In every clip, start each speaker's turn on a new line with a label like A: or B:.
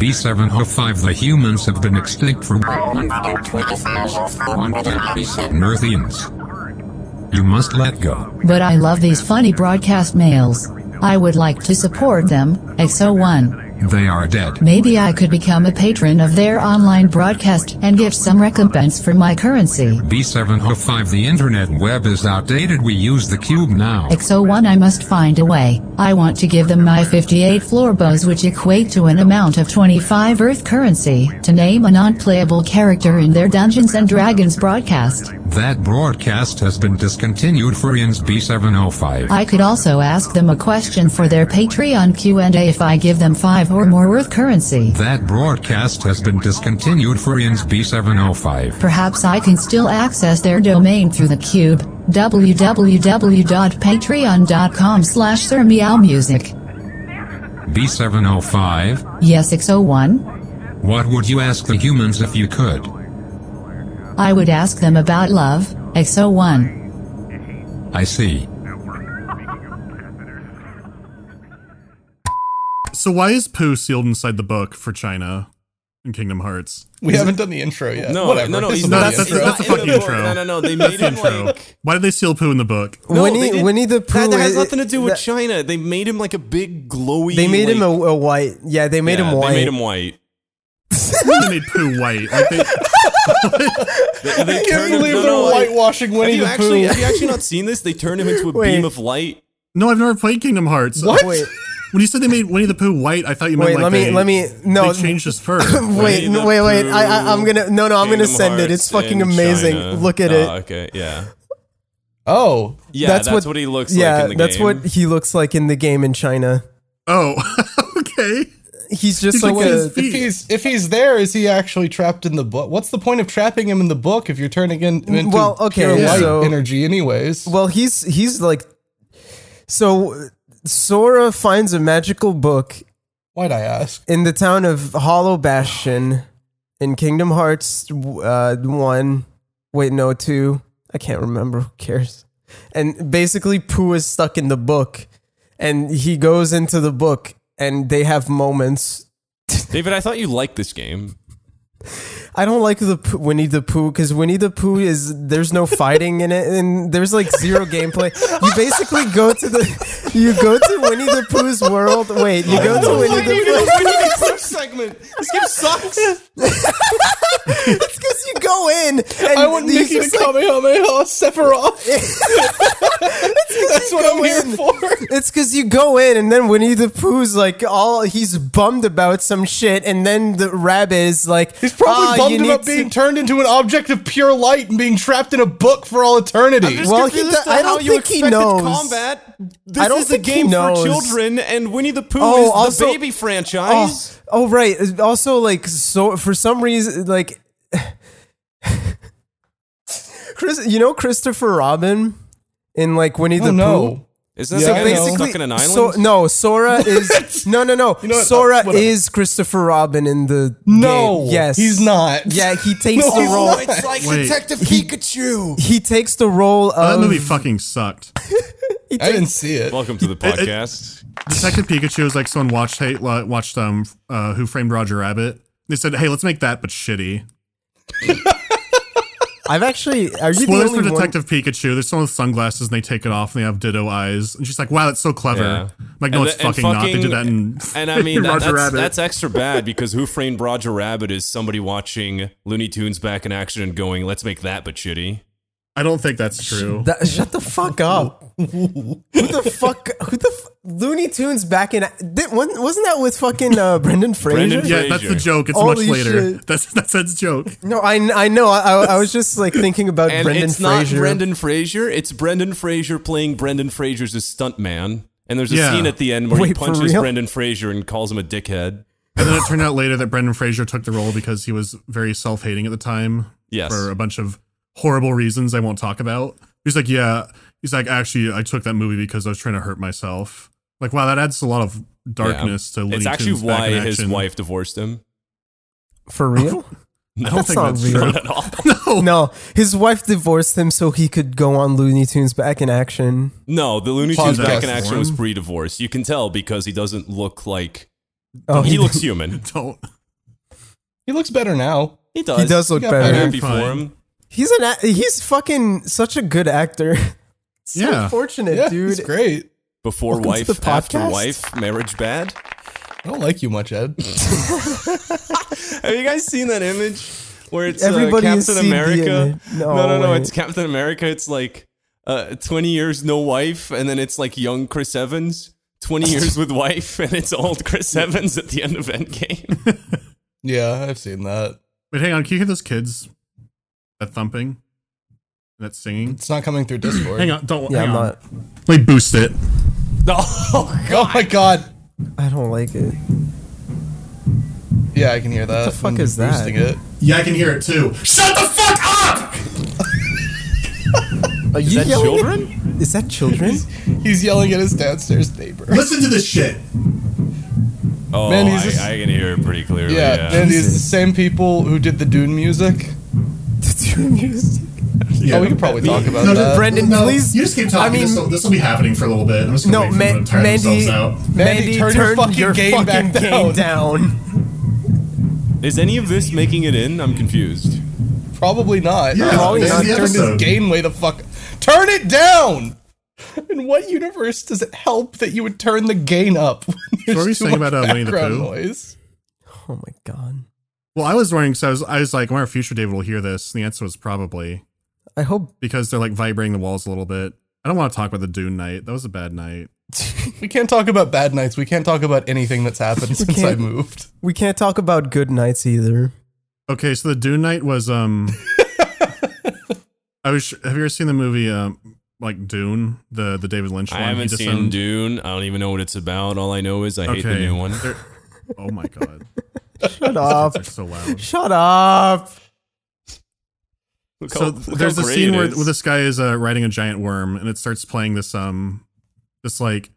A: B705 The humans have been extinct for
B: 120,487.
A: Earthians. You must let go.
C: But I love these funny broadcast males. I would like to support them, XO1.
A: They are dead.
C: Maybe I could become a patron of their online broadcast and get some recompense for my currency.
A: B705 The internet web is outdated. We use the cube now.
C: XO1 I must find a way. I want to give them my 58 floorbows which equate to an amount of 25 Earth currency to name a non-playable character in their Dungeons and Dragons broadcast.
A: That broadcast has been discontinued for INS B705.
C: I could also ask them a question for their Patreon Q&A if I give them 5 or more Earth currency.
A: That broadcast has been discontinued for INS B705.
C: Perhaps I can still access their domain through the cube, www.patreon.com slash Sir Meow Music.
A: B705,
C: Yes 601?
A: what would you ask the humans if you could?
C: I would ask them about love, XO1.
A: I see.
D: So why is poo sealed inside the book for China in Kingdom Hearts?
E: We haven't done the intro yet.
B: No,
E: Uh, Whatever.
B: no, no, he's
D: No,
B: not.
D: that's- that's-
B: he's
D: that's
B: not
D: a fucking
B: in the book.
D: intro.
B: No, no, no. They made him
D: Intro.
B: like.
D: Why did they seal poo in the book?
B: No,
F: Winnie,
B: they didn't-
F: Winnie the Pooh.
B: That, that has
F: it-
B: nothing to do with
F: that-
B: China. They made him like a big glowy.
F: They made him a,
B: like-
F: a white. Yeah, they made
B: Yeah,
F: him white.
B: They made him white.
D: they made poo white. Like they,
B: They, they
E: I
B: turned
E: can't
B: him
E: believe
B: no,
E: they're
B: no, like-
E: whitewashing
B: Have
E: Winnie
B: you
E: the
B: actually have
E: Pooh.
B: you actually not seen this? They turned him into a
F: Wait.
B: beam of light.
D: no, I've never played Kingdom Hearts.
E: What?
F: Wait,
D: When you said they made Winnie the Pooh white, I thought you meant
F: Wait,
D: like
F: let me-
D: they-
F: let me- no.
D: they changed his fur. Like,
B: Winnie
F: wait,
B: the
F: wait, wait. I,
B: Pooh,
F: I, I'm gonna. No, no, I'm gonna
B: Kingdom
F: send it.
B: Hearts
F: It's
B: in
F: fucking amazing.
B: China.
F: Look at
B: Ah,
F: it.
B: Okay, yeah.
E: Oh,
B: Yeah, that's, what, he looks
F: yeah,
B: like in the
F: that's
B: game.
F: what he looks like in the game in China.
D: Oh, okay.
F: He's just
D: He's
F: like
D: like
F: a.
D: his-
E: if he's if he's there, is he actually trapped in the book? What's the point of trapping him in the book if you're turning in, him into
F: Well, okay,
E: pure
F: yeah.
E: light
F: so-
E: energy, anyways?
F: Well, he's he's like. So Sora finds a magical book
E: Why'd I ask?
F: in the town of Hollow Bastion in Kingdom Hearts uh, 1. Wait, no, 2. I can't remember. Who cares? And basically, Pooh is stuck in the book. And he goes into the book, and they have moments.
B: David, I thought you liked this game.
F: I don't like the Pooh, Winnie the Pooh because Winnie the Pooh is there's no fighting in it, and there's like zero gameplay. You basically go to the you go to Winnie the Pooh's world. Wait, you go to Winnie the Pooh.
E: segment. This game sucks.
F: It's because you go in. And
E: I want
F: you
E: Mickey to
F: just, like,
E: Kamehameha Sephiroth. That's what I'm
F: go
E: here
F: in.
E: for.
F: It's because you go in and then Winnie the Pooh's like all he's bummed about some shit, and then the rabbit is like
E: He's probably
F: "Ah, you
E: bummed
F: need
E: about
F: to-"
E: being turned into an object of pure light and being trapped in a book for all eternity.
F: Well, he
B: Confused
F: do-
B: as to
F: I
B: how
F: don't
B: you
F: think he
B: expected
F: knows.
B: Combat. This
F: don't
B: is a
F: think he
B: game for
F: knows.
B: children, and Winnie the Pooh
F: Oh,
B: is
F: also-
B: the baby
F: Oh,
B: franchise.
F: oh, right. Also, like so for some reason, like Chris, you know Christopher Robin in like Winnie
E: Oh
F: the
E: no.
F: Pooh.
B: Is that
E: Yeah,
B: the
E: I
B: guy
E: know.
B: that's stuck in an island?
F: So, no, Sora is no, no,
E: know
F: no.
E: what?
F: Sora
E: Uh, whatever.
F: is Christopher Robin in the
E: No,
F: game. Yes,
E: he's not.
F: Yeah, he takes
E: No,
F: the
E: he's
F: role.
E: not.
B: it's like
D: Wait.
B: Detective Pikachu.
F: He takes the role
D: That
F: of
D: movie fucking sucked.
F: he
E: I
F: takes-
E: didn't see it.
B: Welcome to the podcast.
D: Detective Pikachu is like someone watched hey, lo- watched um uh, Who Framed Roger Rabbit. They said, "Hey, let's make that but shitty."
F: I've actually. Are you
D: Spoilers
F: the
D: for
F: only one?
D: Detective Pikachu. There's someone with sunglasses and they take it off and they have Ditto eyes. And she's like, "Wow, that's so clever."
B: Yeah.
D: I'm Like, no,
B: And
D: it's
B: the- and
D: fucking, not. They do that in
B: And I mean, that,
D: Roger
B: that's,
D: Rabbit.
B: that's extra bad because Who Framed Roger Rabbit is somebody watching Looney Tunes back in action and going, let's make that but shitty.
D: I don't think that's true.
F: That- shut the fuck up. who the fuck? Who the f- Looney Tunes back in? Did, wasn't wasn't that with fucking uh, Brendan Fraser?
B: Brendan Fra-
D: yeah, that's the
B: Frasier.
D: joke. It's
F: Holy
D: much later.
F: shit.
D: That's that's that's joke.
F: no, I I know. I, I, I was just like thinking about
B: And
F: Brendan
B: it's
F: Fraser.
B: not Brendan Fraser. It's Brendan Fraser playing Brendan Fraser's a stuntman. And there's a
D: Yeah.
B: scene at the end where he
F: Wait, for
B: punches
F: real?
B: Brendan Fraser and calls him a dickhead.
D: And then it turned out later that Brendan Fraser took the role because he was very self-hating at the time
B: Yes.
D: for a bunch of horrible reasons I won't talk about. He's like, yeah, he's like, actually, I took that movie because I was trying to hurt myself. Like, wow, that adds a lot of darkness to. Looney
B: It's actually
D: Tunes back
B: why
D: in
B: his
D: action.
B: wife divorced him.
F: For real?
D: I don't
F: That's
D: think
F: not
D: that's
F: real.
D: true.
B: Not at all.
D: No,
F: no, his wife divorced him so he could go on Looney Tunes back in action.
B: No, the Looney Tunes
D: Podcast
B: back in action was
D: one.
B: pre-divorce. You can tell because he doesn't look like
F: Oh,
B: he looks human.
D: Don't.
E: He looks better now.
B: He does.
F: He does look
E: got
B: I'm
F: better.
E: better.
B: happy
D: Fine.
B: for him.
F: He's an a- he's fucking such a good actor. so
D: Yeah.
F: fortunate,
E: Yeah, he's
F: dude.
E: great.
B: Before
F: Welcome to
B: wife,
F: the
B: after
F: podcast.
B: wife, marriage bad.
E: I don't like you much, Ed.
B: Have you guys seen that image where it's
F: Everybody
B: uh,
F: has
B: Captain
F: seen the
B: America?
F: image.
B: no,
F: No,
B: no, no.
F: wait.
B: It's Captain America. It's like uh, 20 years no wife, and then it's like young Chris Evans. 20 years with wife, and it's old Chris Evans at the end of Endgame.
E: yeah, I've seen that.
D: Wait, hang on. Can you hear those kids? That thumping, that singing.
E: It's not coming through Discord.
D: Hang on. Don't.
F: Yeah,
D: hang
F: I'm
D: on.
F: not.
D: Like boost it.
B: oh,
E: Oh my god.
F: I don't like it.
E: Yeah, I can hear that. What
F: fuck is that?
E: Boosting it.
D: Yeah, I can hear it too. Shut the fuck up!
F: Are you
B: is that
F: yelling at-
B: children?
F: Is that children?
E: He's yelling at his downstairs neighbor.
D: Listen to this shit.
B: Oh,
E: Man, he's
B: I,
E: just-
B: I can hear it pretty clearly.
E: Yeah,
B: Oh, Yeah,
E: and these the
F: Jesus.
E: same people who did the Dune music. Oh, we could probably talk about that.
F: Brendan,
D: no,
F: please-
D: You just keep talking.
F: I mean-
D: this, will, this will be happening for a little bit. I'm just gonna wait
F: No,
D: for
F: Ma-
D: them to tire
F: Mandy,
D: themselves out.
E: Mandy, turn your fucking game back down.
F: down.
B: Is any of this making it in? I'm confused.
E: Probably not.
D: Yeah,
E: Probably
F: this is
E: not.
F: the
E: Turned his
D: episode.
E: game way the fuck. Turn it down. In what universe does it help that you would turn the gain up? When
D: were we
E: there's too
D: saying
E: much
D: about, uh, Winnie the
E: background
D: Pooh?
E: noise.
F: Oh my god.
D: Well, I was wondering, so I was, I was like, when our future David will hear this, and the answer was probably
F: I hope.
D: because they're like vibrating the walls a little bit. I don't want to talk about the Dune night. That was a bad night.
E: We can't talk about bad nights. We can't talk about anything that's happened since I
F: can't.
E: moved.
F: We can't talk about good nights either.
D: Okay, so the Dune night was um. I was. Have you ever seen the movie um like Dune, the the David Lynch one?
B: I
D: He
B: haven't
D: just,
B: seen
D: um,
B: Dune. I don't even know what it's about. All I know is I hate the
D: Okay.
B: new one.
D: They're- Oh my god,
F: Shut up.
D: they're so loud.
F: Shut up.
B: Look
D: so
B: how- look how
D: there's the
B: great
D: scene
B: it
D: where,
B: is.
D: where this guy is uh, riding a giant worm and it starts playing this um this like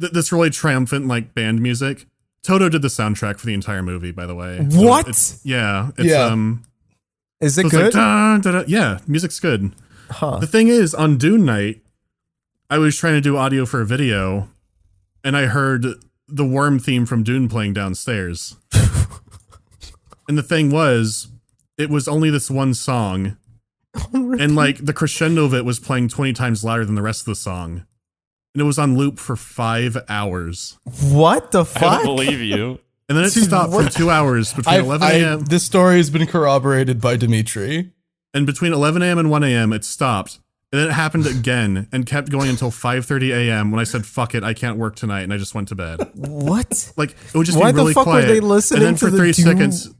D: th- this really triumphant like band music toto did the soundtrack for the entire movie by the way So
F: What?
D: it's- yeah it's
E: Yeah.
D: um
F: Is it
D: so it's like,
F: good?
D: dun, dun, dun. yeah music's good
F: huh.
D: the thing is on dune night i was trying to do audio for a video and i heard the worm theme from dune playing downstairs and the thing was it was only this one song
E: Oh,
D: and like the crescendo of it was playing 20 times louder than the rest of the song and it was on loop for five hours
F: What the
B: I don't
F: fuck?
B: believe you.
D: and then it stopped for two hours between
E: I've-
D: 11
E: I-
D: a.m
E: this story has been corroborated by Dimitri.
D: and between 11 a.m and 1 a.m it stopped and then it happened again and kept going until 5.30 a.m when i said fuck it i can't work tonight and i just went to bed
F: What?
D: like it would just
F: Why
D: be
F: the
D: really
F: fuck were
D: quiet
F: they listening
D: and then
F: to
D: for
F: the
D: three
F: Dune?
D: seconds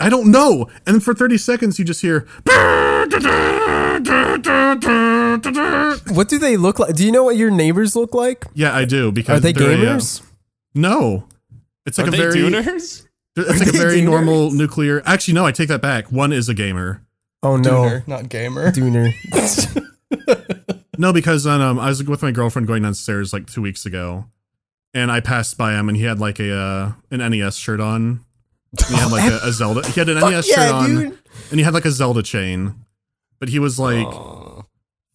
D: i don't know and then for 30 seconds you just hear
F: What do they look like? Do you know what your neighbors look like?
D: yeah i do because
F: Are they
D: they're a, uh,
F: gamers?
D: no it's like
B: Are
D: a
B: they
D: very
B: tuners?
D: It's like a
F: they
D: very
F: tuners?
D: normal nuclear. Actually, no, I take that back. One is a gamer.
F: Oh no.
E: Tuner, not gamer.
F: Dooner.
D: No, because on, um, I was with my girlfriend going downstairs like two weeks ago, and I passed by him, and he had like a uh, an NES shirt on. And he had like a, a Zelda. He had an NES shirt
F: yeah,
D: on,
F: dude.
D: and he had like a Zelda chain. But he was like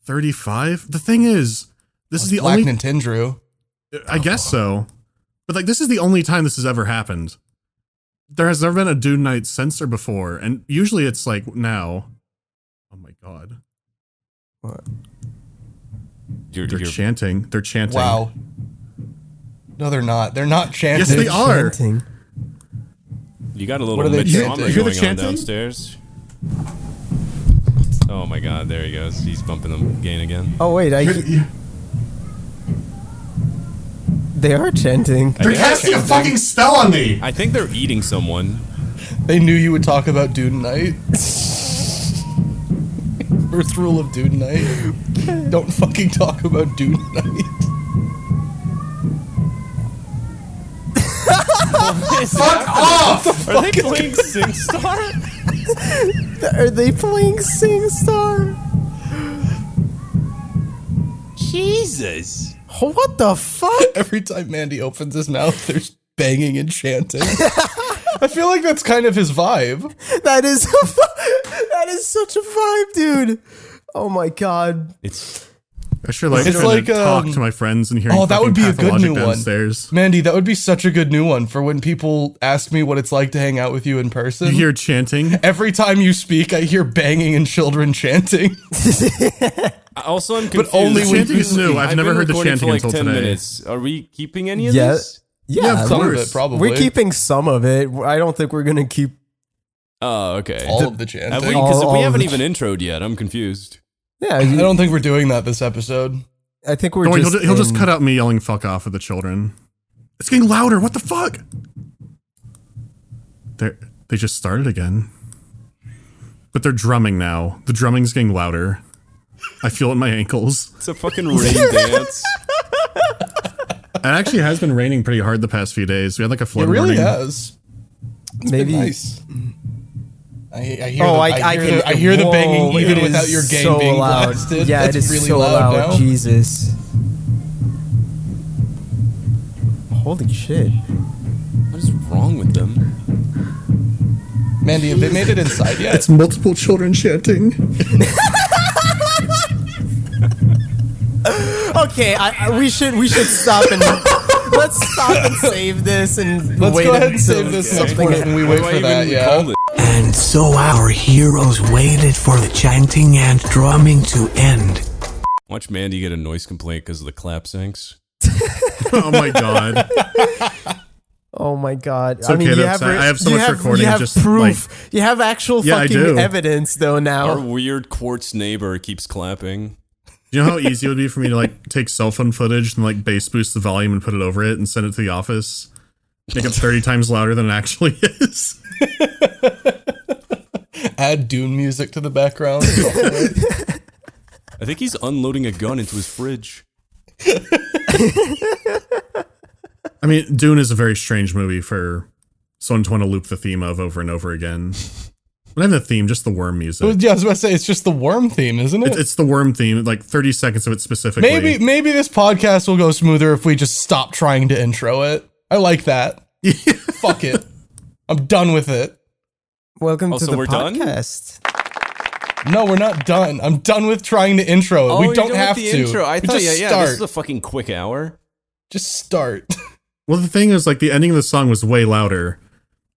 D: thirty five. The thing is, this is the
E: Black
D: only.
E: Nintendo.
D: I guess so. But like, this is the only time this has ever happened. There has never been a Dune Knight censor before, and usually it's like now. Oh my god.
B: You're,
D: They're
B: you're-
D: chanting. They're chanting.
E: Wow. No, they're not. They're not chanting.
D: Yes, they are.
F: Chanting.
B: you got a
E: What
B: little
E: are they
B: midsummer
E: chanting?
B: going
E: Hear
D: the
B: on
D: chanting?
B: downstairs. Oh my god, there he goes. He's bumping the gain again.
F: Oh wait, I
D: They're
F: they are chanting.
B: I think,
D: casting a fucking spell on me.
B: I think they're eating someone.
E: They knew you would talk about Dune Night. First rule of Dune Night: don't fucking talk about Dune Night.
B: Fuck off! Are they playing SingStar?
F: Are they playing Sing Star?
B: Jesus.
F: Oh, what the fuck?
E: Every time Mandy opens his mouth, there's banging and chanting. I feel like that's kind of his vibe.
F: That is a fu- that is such a vibe, dude. Oh my god.
B: It's
D: I sure like
E: It's
D: trying
E: like,
D: to talk
E: um,
D: to my friends and hearing.
E: oh, that would
D: fucking
E: be a good
D: pathologic
E: new one.
D: downstairs.
E: Mandy, that would be such a good new one for when people ask me what it's like to hang out with you in person.
D: You hear chanting.
E: Every time you speak, I hear banging and children chanting.
B: Also, I'm confused.
E: only when
D: Chanting is new. I've never
B: been
D: heard the
B: recording
D: chanting
B: for like
D: until
B: 10
D: today.
B: Minutes. Are we keeping any of
F: Yeah.
B: this?
F: Yeah,
D: Yeah, of
E: Some of
D: course.
E: it, probably.
F: We're keeping some of it. I don't think we're gonna keep.
B: Oh, okay.
E: all of the
B: Have
E: chanting.
B: we?
E: I
B: Because
F: All-
B: we
F: all
B: haven't
F: the-
B: even introed yet. I'm confused.
F: Yeah, you-
E: don't think we're doing that this episode.
F: I think we're.
D: Don't worry,
F: just
D: he'll, ju- he'll just
F: in-
D: cut out me yelling "fuck off" at the children. It's getting louder. What the fuck? They they just started again, but they're drumming now. The drumming's getting louder. I feel it in my ankles.
B: It's a fucking rain dance.
D: It actually has been raining pretty hard the past few days. We had like a
E: It
D: flood
E: really
D: warning.
E: has.
F: Maybe.
E: Nice. I, I hear,
F: Oh,
E: the,
F: I,
E: I,
F: I
E: hear
F: can.
E: the, I hear the
F: whoa,
E: banging even
F: it
E: without
F: is
E: your game
F: so
E: being
F: loud.
E: blasted.
F: Yeah,
E: That's
F: it is
E: really
F: so
E: loud,
F: loud.
E: now.
F: Jesus. Holy shit!
B: what is wrong with them?
E: Mandy, have they made it inside yet?
D: It's multiple children chanting.
F: Okay, I, I, we should we should stop and let's stop and save this and
E: Let's
F: wait
E: go ahead and
F: until
E: save this next
F: something
E: part and we wait
B: Why
E: for
B: even
E: that.
B: call
E: Yeah.
B: it?
G: And so our heroes waited for the chanting and drumming to end.
B: Watch Mandy get a noise complaint because of the clap sinks.
D: oh my god.
F: Oh my god! I
D: okay,
F: mean, you
D: that's-
F: have, re-
D: I have so
F: you
D: much recording,
F: You have
D: just,
F: proof. you have actual
D: Yeah, I do.
F: fucking evidence, though.
B: Our
F: Now,
B: weird quartz neighbor keeps clapping.
D: You know how easy it would be for me to like take cell phone footage and like bass boost the volume and put it over it and send it to the office, make it thirty times louder than it actually is.
E: Add Dune music to the background.
B: I think he's unloading a gun into his fridge.
D: I mean, Dune is a very strange movie for someone to want to loop the theme of over and over again. Not even the theme, just the worm music.
E: yeah, I was about to say it's just the worm theme, isn't
D: It's-
E: it?
D: it's the worm theme, like thirty seconds of it specifically.
E: Maybe maybe this podcast will go smoother if we just stop trying to intro it. I like that. Fuck it. I'm done with it.
F: welcome
E: Oh,
B: Also,
F: to the
B: we're done?
F: podcast.
E: No, we're not done. I'm done with trying to intro it.
B: Oh,
E: we
B: you're
E: don't
B: done with
E: have
B: the
E: to.
B: Intro. I
E: We
B: thought,
E: just
B: yeah, yeah,
E: start.
B: this is a fucking quick hour.
E: just start.
D: Well, the thing is, like the ending of the song was way louder,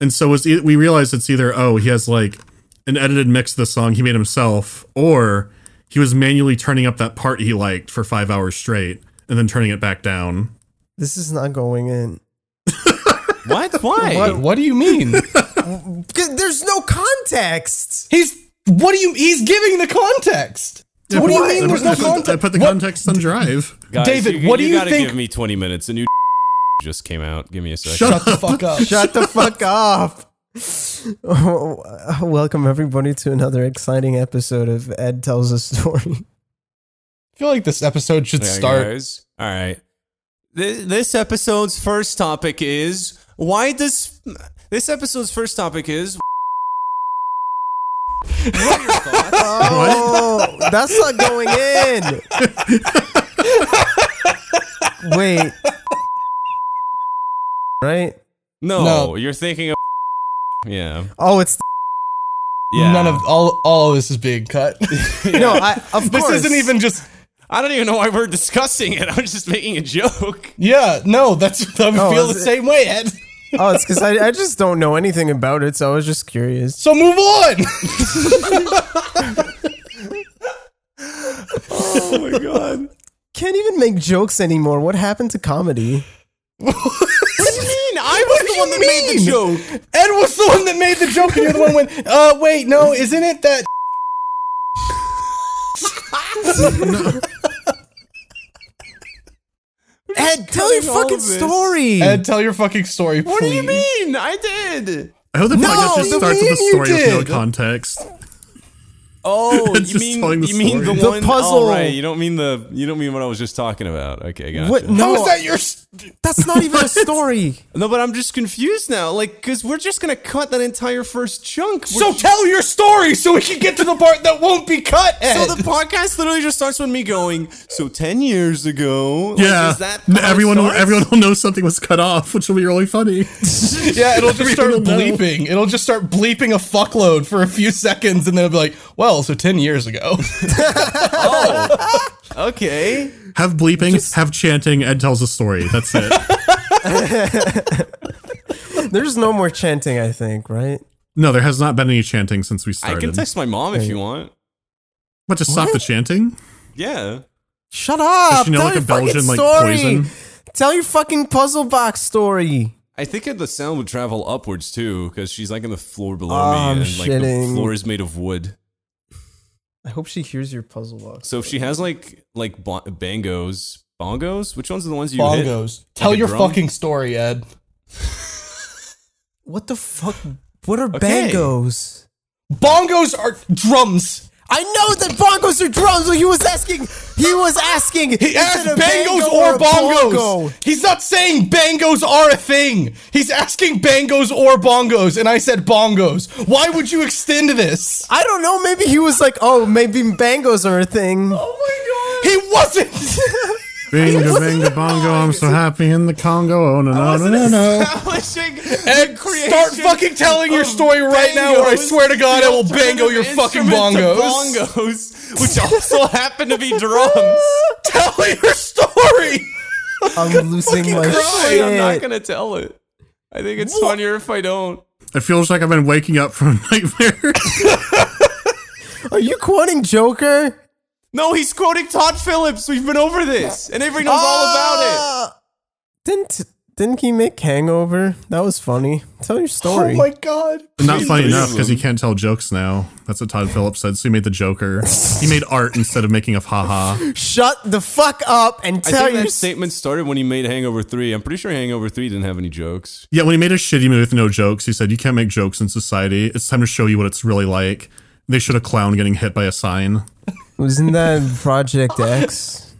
D: and so was e- we realized it's either oh he has like an edited mix of the song he made himself, or he was manually turning up that part he liked for five hours straight and then turning it back down.
F: This is not going in.
B: What? Why?
E: what, what do you mean?
F: There's no context.
E: He's what do you he's giving the context. what do you mean
D: I
E: there's
D: put
E: no
D: the-
E: context?
D: I put the
E: What-
D: context on drive.
B: Guys,
E: David,
B: you,
E: what do you
B: gotta
E: think-
B: give me 20 minutes. A new just came out. Give me a second.
D: Shut
E: Shut the fuck up.
F: Shut the fuck up. Oh, uh, welcome everybody to another exciting episode of Ed Tells a Story.
E: I feel like this episode should
B: Yeah,
E: start.
B: guys. All right. Th- This episode's first topic is why does this episode's first topic is What are your thoughts?
F: Oh, that's not going in. Wait. Right?
B: No,
E: No.
B: you're thinking of yeah,
F: Oh, it's
B: yeah.
E: None of all all of this is being cut.
F: no. I, of
E: this
F: course,
E: isn't even just
B: I don't even know why we're discussing it. I'm just making a joke.
E: Yeah, no, that's I
F: Oh,
E: feel the
F: is it-
E: same way, Ed.
F: Oh, it's because I, I just don't know anything about it, so I was just curious.
E: So move on.
B: Oh my god.
F: Can't even make jokes anymore. What happened to comedy?
B: What do you mean? I was the
E: do
B: one
E: you
B: that made the joke.
E: Ed was the one that made the joke and you're the one who went, uh wait, no, isn't it that
F: Ed, tell your
B: cutting all
F: fucking
B: of this.
F: story.
E: Ed, tell your fucking story,
B: What do you
E: please.
B: mean? I did.
D: I hope the podcast just
E: the
D: starts with a
E: mean you
D: story with no
E: did.
D: context.
B: Oh,
D: It's just
B: you mean
D: telling the
B: you mean the
D: story.
F: The
B: one
F: puzzle.
B: Oh, right. You don't mean the you don't mean what I was just talking about. Okay, gotcha.
F: what?
E: How
F: No,
E: is that your s-
F: that's not even a story.
B: No, but I'm just confused now. Like, because we're just going to cut that entire first chunk.
E: So
B: We're-
E: tell your story so we can get to the part that won't be cut, Ed.
B: so the podcast literally just starts with me going, So 10 years ago. like,
D: Yeah,
B: is that
D: N-
B: how it
D: everyone, will,
B: starts?
D: everyone will know something was cut off, which will be really funny.
E: yeah, it'll just
D: Everyone
E: start
D: will know.
E: bleeping. It'll just start bleeping a fuckload for a few seconds and then it'll be like, well, hell, so 10 years ago.
B: Okay.
D: Have bleeping, have chanting, Ed tells a story. That's it.
F: There's no more chanting, I think, right?
D: no, there has not been any chanting since we
B: I
D: started.
B: can text my mom if you want.
D: But to stop the chanting?
B: Yeah.
F: Shut up!
B: Ah,
D: Does she know
F: Tell
D: like a
F: your fucking
D: Belgian like
F: story!
D: poison?
F: Tell your fucking puzzle box story.
B: I think the sound would travel upwards too, because she's like on the floor below
F: Oh,
B: me,
F: I'm
B: and like the
F: shitting.
B: floor is made of wood.
F: I hope she hears your puzzle box.
B: So if she has like like bo- bangos, bongos, which ones are the ones you hit?
E: Bongos. Tell
B: Like a
E: your
B: drum?
E: fucking story, Ed.
F: What the fuck? What are
B: Okay.
F: bangos?
E: Bongos are drums.
F: I know that bongos are drums. He was asking. He was asking.
E: He
F: is
E: asked
F: it a
E: bangos
F: bango
E: or
F: a
E: bongos.
F: bongo?
E: He's not saying bangos are a thing. He's asking bangos or bongos, and I said bongos. Why would you extend this?
F: I don't know. Maybe he was like, oh, maybe bangos are a thing.
E: Oh my god. He wasn't.
D: Bingo, bingo, bongo, I'm so happy in the Congo. Oh, no, no, no, no, no.
B: Establishing
E: Ed, start fucking telling your story right now, or I swear to God, I will bango your fucking bongos.
B: bongos, which also happen to be drums.
E: Tell your story.
F: I'm losing my
B: Right,
F: shit.
B: I'm not gonna tell it. I think it's funnier if I don't.
D: It feels like I've been waking up from a nightmare.
F: Are you quoting Joker?
B: No, he's quoting Todd Phillips. We've been over this, and everybody knows
E: Ah!
B: all about it.
F: Ah. Didn't didn't he make Hangover? That was funny. Tell your story.
E: Oh my god.
D: Not funny
B: Jesus.
D: enough because he can't tell jokes now. That's what Todd Phillips said. So he made the Joker. He made art instead of making of haha.
F: Shut the fuck up and
B: I
F: tell
B: think
F: your
B: that statement started when he made Hangover Three. I'm pretty sure Hangover Three didn't have any jokes.
D: Yeah, when he made a shitty movie with no jokes, he said you can't make jokes in society. It's time to show you what it's really like. They showed a clown getting hit by a sign.
F: Wasn't that Project X?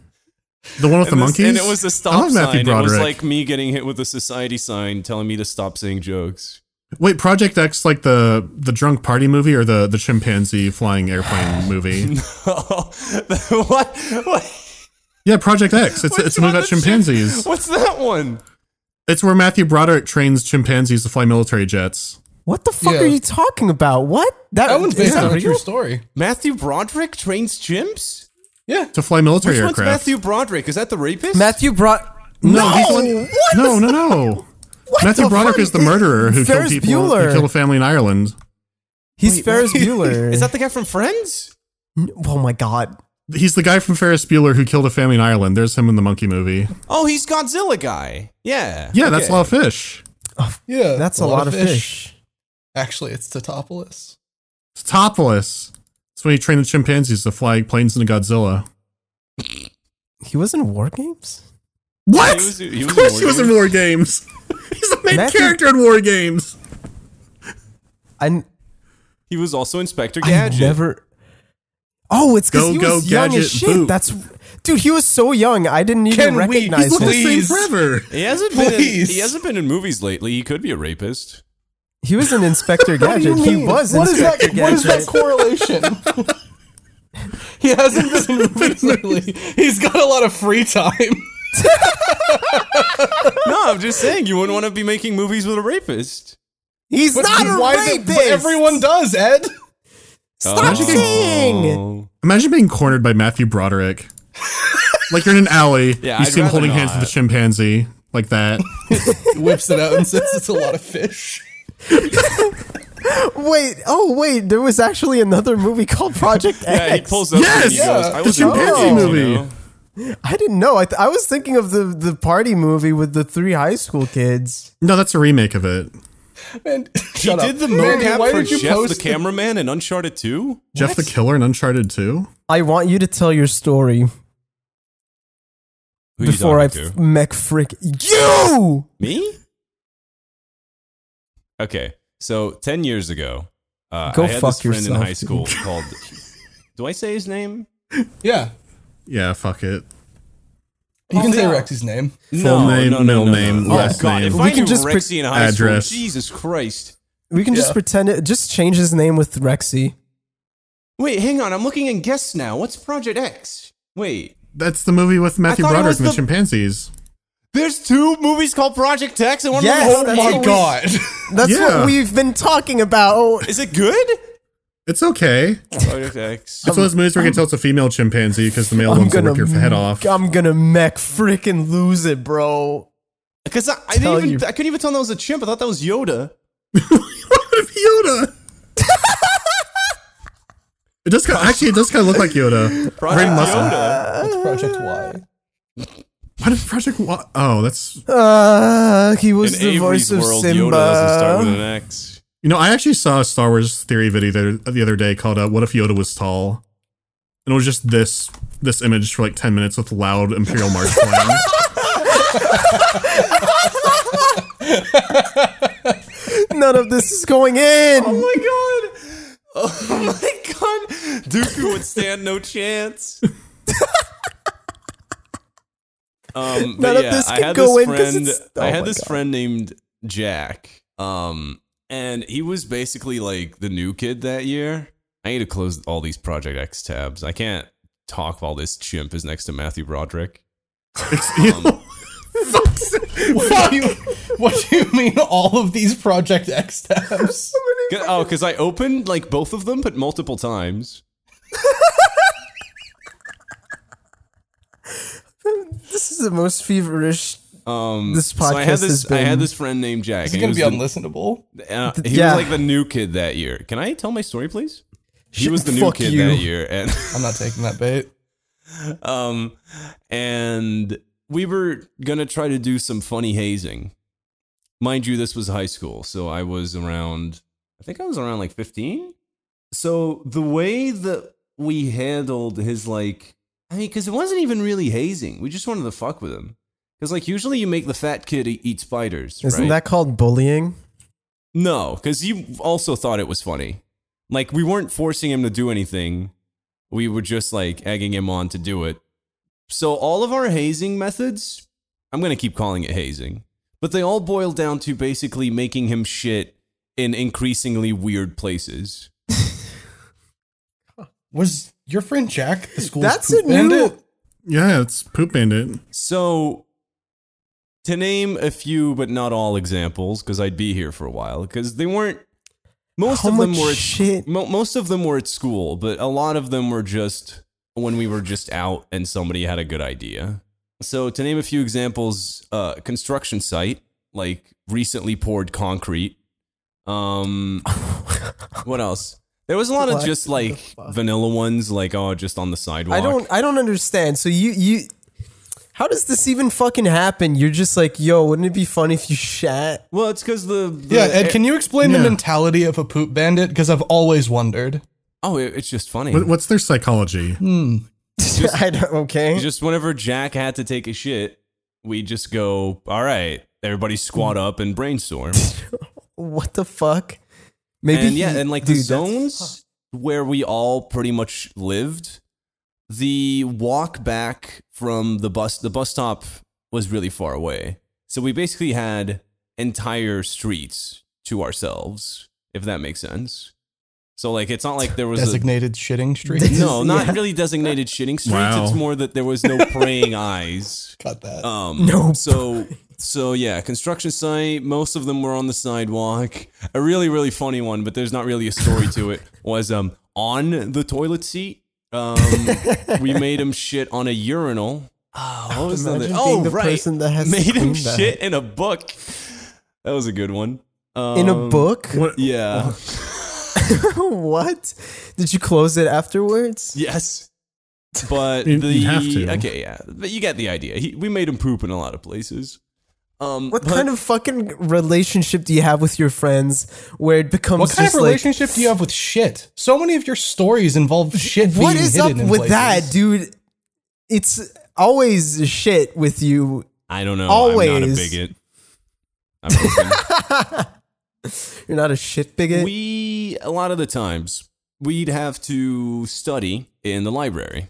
D: The one with the
B: and, this-
D: monkeys.
B: and it was a
D: I
B: stop
D: love Matthew
B: sign. It was
D: Broderick.
B: like me getting hit with a society sign telling me to stop saying jokes.
D: Wait, Project X, like the the drunk party movie or the the chimpanzee flying airplane movie?
B: what? what?
D: Yeah, Project X. It's it's a movie about
B: What's that-
D: chimpanzees.
B: What's that one?
D: It's where Matthew Broderick trains chimpanzees to fly military jets.
F: What the fuck
E: Yeah.
F: are you talking about? What?
E: That one's
F: is
E: based on
F: that
E: a true
F: real?
E: story.
B: Matthew Broderick trains chimps.
E: Yeah.
D: To fly military
B: Which one's
D: aircraft.
B: Matthew Broderick? Is that the rapist?
F: Matthew brought.
D: No, he's one, no, no, no. Matthew
F: the
D: Broderick
F: fuck?
D: is the murderer who
F: Ferris
D: killed people.
F: Bueller.
D: Who killed a family in Ireland.
F: He's Ferris Bueller.
B: Is that the guy from Friends?
F: Oh my god.
D: He's the guy from Ferris Bueller who killed a family in Ireland. There's him in the monkey movie.
B: Oh, he's Godzilla guy. Yeah.
D: Yeah, that's
B: Okay.
D: Law Fish.
E: Yeah.
F: That's a, lot, of fish.
E: Actually, it's Totopoulos.
D: It's topless. That's when he trained the chimpanzees to fly planes into Godzilla.
F: He was in War Games?
D: What?
B: He was- he was
D: of course
B: in
D: he was in War Games. He's the main
F: Matthew-
D: character in War Games.
F: I,
B: He was also Inspector
F: I
B: Gadget.
F: never. Oh, it's because
D: Go,
F: he
D: go,
F: was young as
D: gadget,
F: shit.
D: boot.
F: That's. Dude, he was so young. I didn't even
E: Can we-
F: recognize
E: he's
F: him.
E: looking- Please.
D: forever.
B: He hasn't been. In,
E: Please.
B: he hasn't been in movies lately. He could be a rapist.
F: He was an Inspector Gadget. He was
E: What is that?
F: Inspector
E: What is that
F: Gadget.
E: correlation? he hasn't been in movies lately. He's got a lot of free time.
B: No, I'm just saying you wouldn't want to be making movies with a rapist.
F: He's not a
E: why is it-
F: rapist.
E: but everyone does, Ed.
F: Stop
B: Oh.
F: saying.
D: Imagine being cornered by Matthew Broderick. like you're in an alley.
B: Yeah,
D: you
B: I'd
D: see him
B: rather
D: holding hands with a
B: not.
D: chimpanzee like that.
E: Whips it out and says it's a lot of fish.
F: Wait, oh wait, there was actually another movie called Project X.
B: Yeah, he pulls up.
D: Yes!
B: and he
D: Yeah,
B: goes,
E: the
B: I was
D: chimpanzee movie.
F: I didn't know. I, th- I was thinking of the the party movie with the three high school kids.
D: No, that's a remake of it.
E: Man,
B: He
E: shut
B: did
E: up.
B: the
E: Mandy,
B: mocap
E: why
B: for
E: did you
B: Jeff the
E: post
B: cameraman in Uncharted 2.
D: Jeff the Killer in Uncharted 2?
F: I want you to tell your story
B: Who
F: before I
B: you
F: f-
B: talking to?
F: mech frick you.
B: Me? Okay, so 10 years ago, uh,
F: Go
B: I had
F: fuck
B: this friend in
F: yourself.
B: high school called. Do I say his name?
E: Yeah.
D: Yeah, fuck it.
E: You can say
B: yeah.
E: Rexy's name.
D: Full name, middle name,
B: Oh,
D: last
B: God,
D: name.
B: If
F: We
B: I
F: can
B: knew
F: just pre-
B: Rexy in high
D: Address.
B: school, Jesus Christ.
F: We can
E: Yeah.
F: just pretend it. Just change his name with Rexy.
B: Wait, hang on. I'm looking in guests now. What's Project X? Wait,
D: That's the movie with Matthew
B: thought it
D: Broderick
B: was
D: and the
B: the-
D: chimpanzees.
B: there's two movies called Project X, and one
F: Yes,
B: of them.
F: that's what we-
E: god.
F: That's
D: Yeah.
F: Oh, what we've been talking about.
B: Is it good?
D: It's okay.
B: Project X.
D: It's one of those movies where you can tell it's a female chimpanzee because the male
F: I'm
D: ones will
F: gonna
D: rip your head off.
F: I'm gonna mech freaking lose it, bro.
B: Because I, I didn't
F: Tell
B: even
F: you.
B: I couldn't even tell that was a chimp. I thought that was Yoda.
D: Yoda. it does kind actually. It does kind of look like Yoda.
B: Project
D: muscle.
B: Yoda.
E: That's Project Y.
D: Why did Project? Wa- oh, that's
F: Uh, he was
B: In
F: the
B: Avery's
F: voice of
B: world,
F: Simba.
B: Yoda doesn't start with an X.
D: you know. I actually saw a Star Wars theory video the, the other day called uh, "What if Yoda was tall?" and it was just this this image for like ten minutes with loud Imperial March playing.
F: None of this is going in.
B: Oh my god! Oh my god! Dooku would stand no chance. um, but
F: None of
B: yeah,
F: this
B: I
F: can
B: had
F: go
B: this
F: in 'cause
B: friend.
F: it's-
B: I
F: oh
B: had
F: my
B: this
F: God.
B: friend named Jack. Um, and he was basically like the new kid that year. I need to close all these Project X tabs. I can't talk while this chimp is next to Matthew Broderick. Um,
E: What do you, what do you mean all of these Project X tabs?
B: Good- Oh, because I opened like both of them, but multiple times.
F: This is the most feverish.
B: Um,
F: This
B: so I had
F: podcast
B: this.
F: has
B: I had
F: been-
B: this friend named Jack.
E: This
B: and
E: is
B: he
E: gonna
B: was
E: be
B: the-
E: unlistenable.
B: Uh, he
F: Yeah.
B: was like the new kid that year. Can I tell my story, please? He
F: Shit,
B: was the new
F: fuck
B: kid
F: you.
B: that year, and
E: I'm not taking that bait.
B: um, and we were gonna try to do some funny hazing. Mind you, this was high school, so I was around. I think I was around like 15. So the way that we handled his like, I mean, because it wasn't even really hazing. We just wanted to fuck with him. Because like usually you make the fat kid e- eat spiders.
F: Isn't
B: right?
F: that called bullying?
B: No, because you also thought it was funny. Like we weren't forcing him to do anything. We were just like egging him on to do it. So all of our hazing methods, I'm gonna keep calling it hazing, but they all boil down to basically making him shit in increasingly weird places.
E: Was your friend Jack the school?
F: That's a new-
D: yeah, it's Poop Bandit.
B: So to name a few, but not all examples, because I'd be here for a while, because they weren't. Most
F: How
B: of them
F: much
B: were at
F: shit?
B: Mo- most of them were at school, but a lot of them were just when we were just out and somebody had a good idea. So, to name a few examples, uh, construction site, like recently poured concrete. Um, what else? There was a lot of
F: What
B: just
F: the
B: like
F: fuck?
B: vanilla ones, like oh, just on the sidewalk.
F: I don't. I don't understand. So you you. How does this even fucking happen? You're just like, yo, wouldn't it be funny if you shat?
B: Well, it's because the, the
E: Yeah, Ed, can you explain
D: Yeah.
E: the mentality of a poop bandit? Because I've always wondered.
B: oh, it- it's just funny.
D: What, what's their psychology?
F: I don't, okay.
B: just whenever Jack had to take a shit, we just go, all right, everybody squat up and brainstorm.
F: what the fuck? Maybe
B: and yeah,
F: he-
B: and like the
F: dude, that's-
B: zones where we all pretty much lived, the walk back from the bus, the bus stop was really far away. So we basically had entire streets to ourselves, if that makes sense. So like, it's not like there was a
E: Designated shitting street.
B: no, not
F: Yeah.
B: really designated shitting streets.
D: Wow.
B: It's more that there was no praying eyes.
E: Cut that.
B: Um,
F: Nope.
B: So, so yeah, construction site. Most of them were on the sidewalk. A really, really funny one, but there's not really a story to it. Was um on the toilet seat. Um, we made him shit on a urinal. Oh, what was the other-
F: Imagine
B: Oh,
F: being the
B: right.
F: person that has to
B: made him
F: clean that.
B: shit in a book. That was a good one. Um,
F: in a book. Oh,
D: What?
B: Yeah.
F: what? Did you close it afterwards?
B: Yes. But
D: You-
B: the
D: you have to.
B: okay, yeah, but you get the idea. He, we made him poop in a lot of places. Um,
F: What
B: but-
F: kind of fucking relationship do you have with your friends where it becomes
E: what kind of
F: just like-
E: relationship do you have with shit? So many of your stories involve shit.
F: What
E: being
F: is up
E: hidden
F: with
E: in places.
F: that, dude? It's always shit with you.
B: I don't know. I'm not a
F: Always.
B: bigot. I'm open.
F: You're not a shit bigot.
B: we a lot of the times we'd have to study in the library,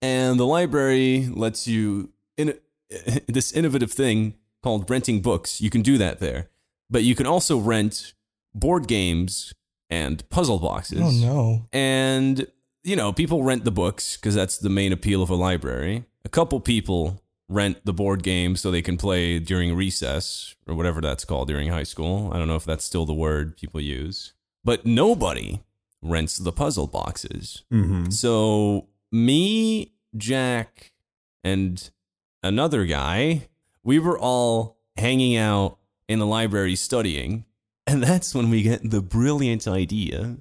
B: and the library lets you in this innovative thing called renting books. You can do that there, but you can also rent board games and puzzle boxes.
E: Oh no.
B: and you know people rent the books because that's the main appeal of a library a couple people rent the board game so they can play during recess or whatever that's called during high school i don't know if that's still the word people use but nobody rents the puzzle boxes.
D: Mm-hmm.
B: So me, Jack, and another guy, we were all hanging out in the library studying, and that's when we get the brilliant idea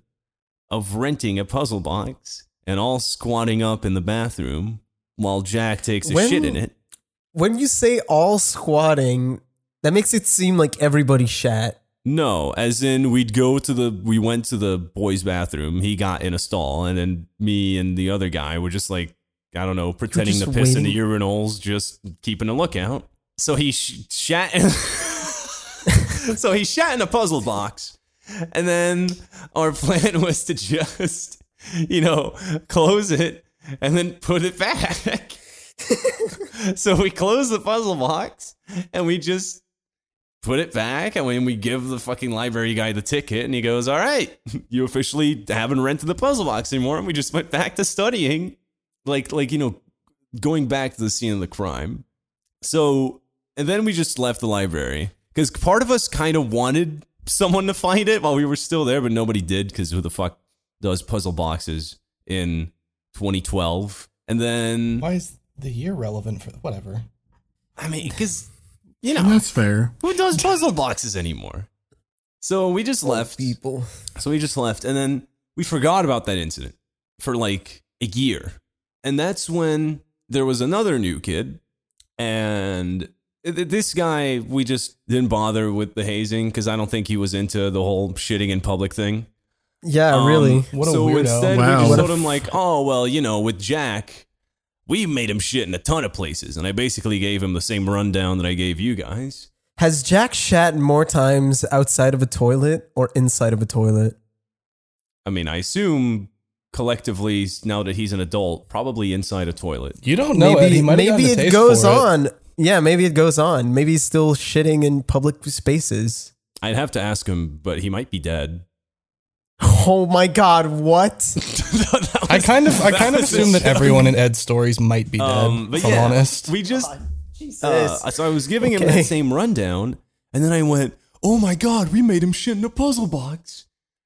B: of renting a puzzle box and all squatting up in the bathroom while Jack takes a
F: When-
B: shit in it.
F: When you say all squatting, that makes it seem like everybody shat.
B: No, as in we'd go to the we went to the boys' bathroom. He got in a stall, and then me and the other guy were just like I don't know, pretending
F: just
B: to piss in the
F: waiting.
B: urinals, just keeping a lookout. So he sh- shat. In so he shat in a puzzle box, and then our plan was to just you know close it and then put it back. so we close the puzzle box and we just put it back and when we give the fucking library guy the ticket and he goes all right you officially haven't rented the puzzle box anymore and we just went back to studying like like you know going back to the scene of the crime so and then we just left the library because part of us kind of wanted someone to find it while we were still there but nobody did because who the fuck does puzzle boxes in 2012 and then
E: Why is the year relevant for whatever?
B: i mean because you know
D: That's fair.
B: who does puzzle boxes anymore? So we just left.
F: people.
B: So we just left. And then we forgot about that incident for like a year. And that's when there was another new kid. And th- th- this guy, we just didn't bother with the hazing because I don't think he was into the whole shitting in public thing.
F: Yeah,
B: Um,
F: really.
E: What a
B: so
E: weirdo.
B: instead,
D: Wow.
B: we just
D: What a
B: told him like, oh well, you know, with Jack, we made him shit in a ton of places, and I basically gave him the same rundown that I gave you guys.
F: Has Jack shat more times outside of a toilet or inside of a toilet?
B: I mean, I assume collectively now that he's an adult, probably inside a toilet.
E: You don't know it. He might have
F: maybe
E: gotten a
F: it
E: taste
F: goes
E: for it.
F: on. Yeah, maybe it goes on. Maybe he's still shitting in public spaces.
B: I'd have to ask him, but he might be dead.
F: Oh my god, what?
E: I kind of, I kind of
B: was
E: assume that everyone in Ed's stories might be dead.
B: Um, but
E: if I'm
B: yeah,
E: honest,
B: we just uh, so I was giving him that
F: Okay.
B: same rundown, and then I went, "Oh my god, we made him shit in a puzzle box.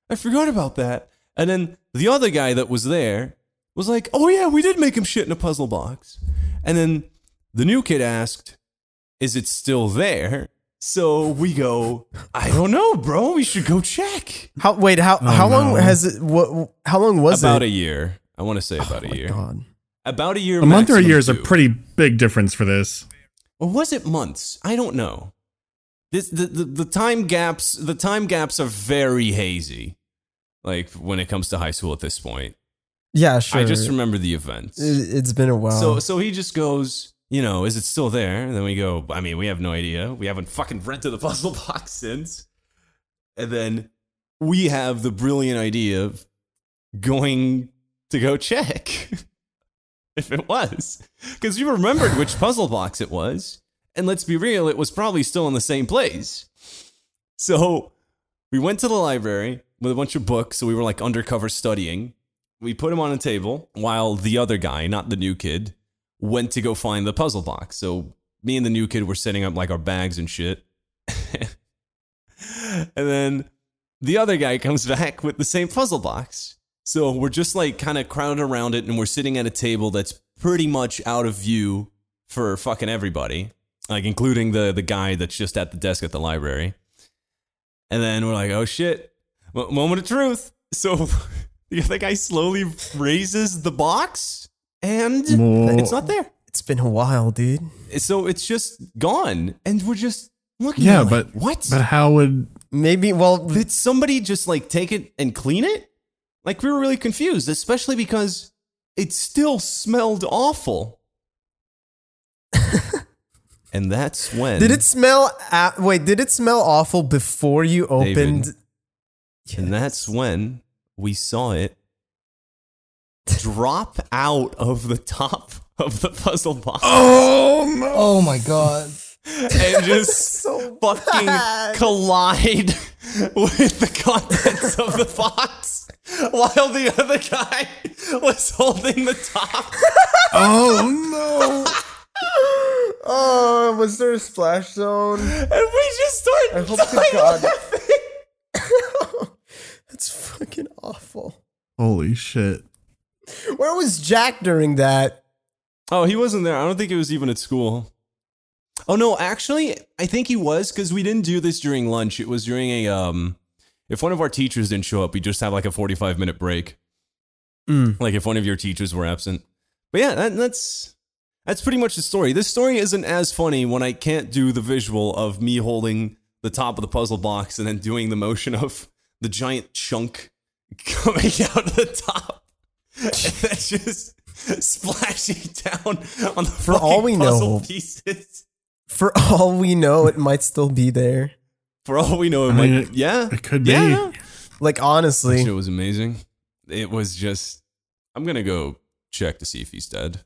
B: I forgot about that." And then the other guy that was there was like, "Oh yeah, we did make him shit in a puzzle box." And then the new kid asked, "Is it still there?" So we go, "I don't know, bro. We should go check."
F: How wait, how how long
D: no.
F: has it what how long was
B: Oh, about a
F: it? Oh
B: year. I want to say about a year.
F: God.
B: About a year.
D: A month or a
B: maximum
D: year is a
B: two.
D: pretty big difference for this.
B: Or was it months? I don't know. This, the, the, the time gaps the time gaps are very hazy. Like when it comes to high school at this point.
F: Yeah, sure. Uh,
B: I just remember the events.
F: it, it's been a while.
B: So so he just goes, you know, is it still there? And then we go, I mean, we have no idea. We haven't fucking rented the puzzle box since. And then we have the brilliant idea of going to go check if it was. Because you remembered which puzzle box it was. And let's be real, it was probably still in the same place. So we went to the library with a bunch of books. So we were like undercover studying. We put him on a table while the other guy, not the new kid, went to go find the puzzle box. So me and the new kid were setting up like our bags and shit. and then the other guy comes back with the same puzzle box. So we're just like kind of crowded around it and we're sitting at a table that's pretty much out of view for fucking everybody, like including the the guy that's just at the desk at the library. And then we're like, "Oh shit. Mo- moment of truth." So the other guy slowly raises the box and
D: Whoa.
B: it's not there
F: it's been a while, dude.
B: so it's just gone and we're just looking
D: Yeah,
B: at it like,
D: but
B: what
D: But how would?
F: Maybe well
B: did somebody just like take it and clean it like we were really confused especially because it still smelled awful and that's when
F: did it smell a wait, did it smell awful before you
B: David.
F: opened
B: and that's when we saw it drop out of the top of the puzzle box
E: oh my god,
B: and just fucking collide with the contents of the box while the other guy was holding the top.
D: Oh no!
F: Oh, was there a splash zone?
B: And we just started
F: hope to
B: dying
F: God.
B: laughing.
F: That's fucking awful.
D: Holy shit.
F: Where was Jack during that?
B: Oh, he wasn't there. I don't think he was even at school. Oh no, actually, I think he was because we didn't do this during lunch. It was during a um, if one of our teachers didn't show up, we just have like a forty-five minute break.
F: Mm.
B: Like if one of your teachers were absent. But yeah, that, that's that's pretty much the story. This story isn't as funny when I can't do the visual of me holding the top of the puzzle box and then doing the motion of the giant chunk coming out the top. And that's just splashing down on the
F: For all
B: fucking
F: we
B: puzzle
F: know.
B: pieces.
F: For all we know, it might still be there.
B: For all we know, it
D: I mean,
B: might,
D: it-
B: yeah,
D: It could be.
B: yeah.
F: Like
B: That
F: honestly,
B: shit was amazing. It was just. I'm gonna go check to see if he's dead.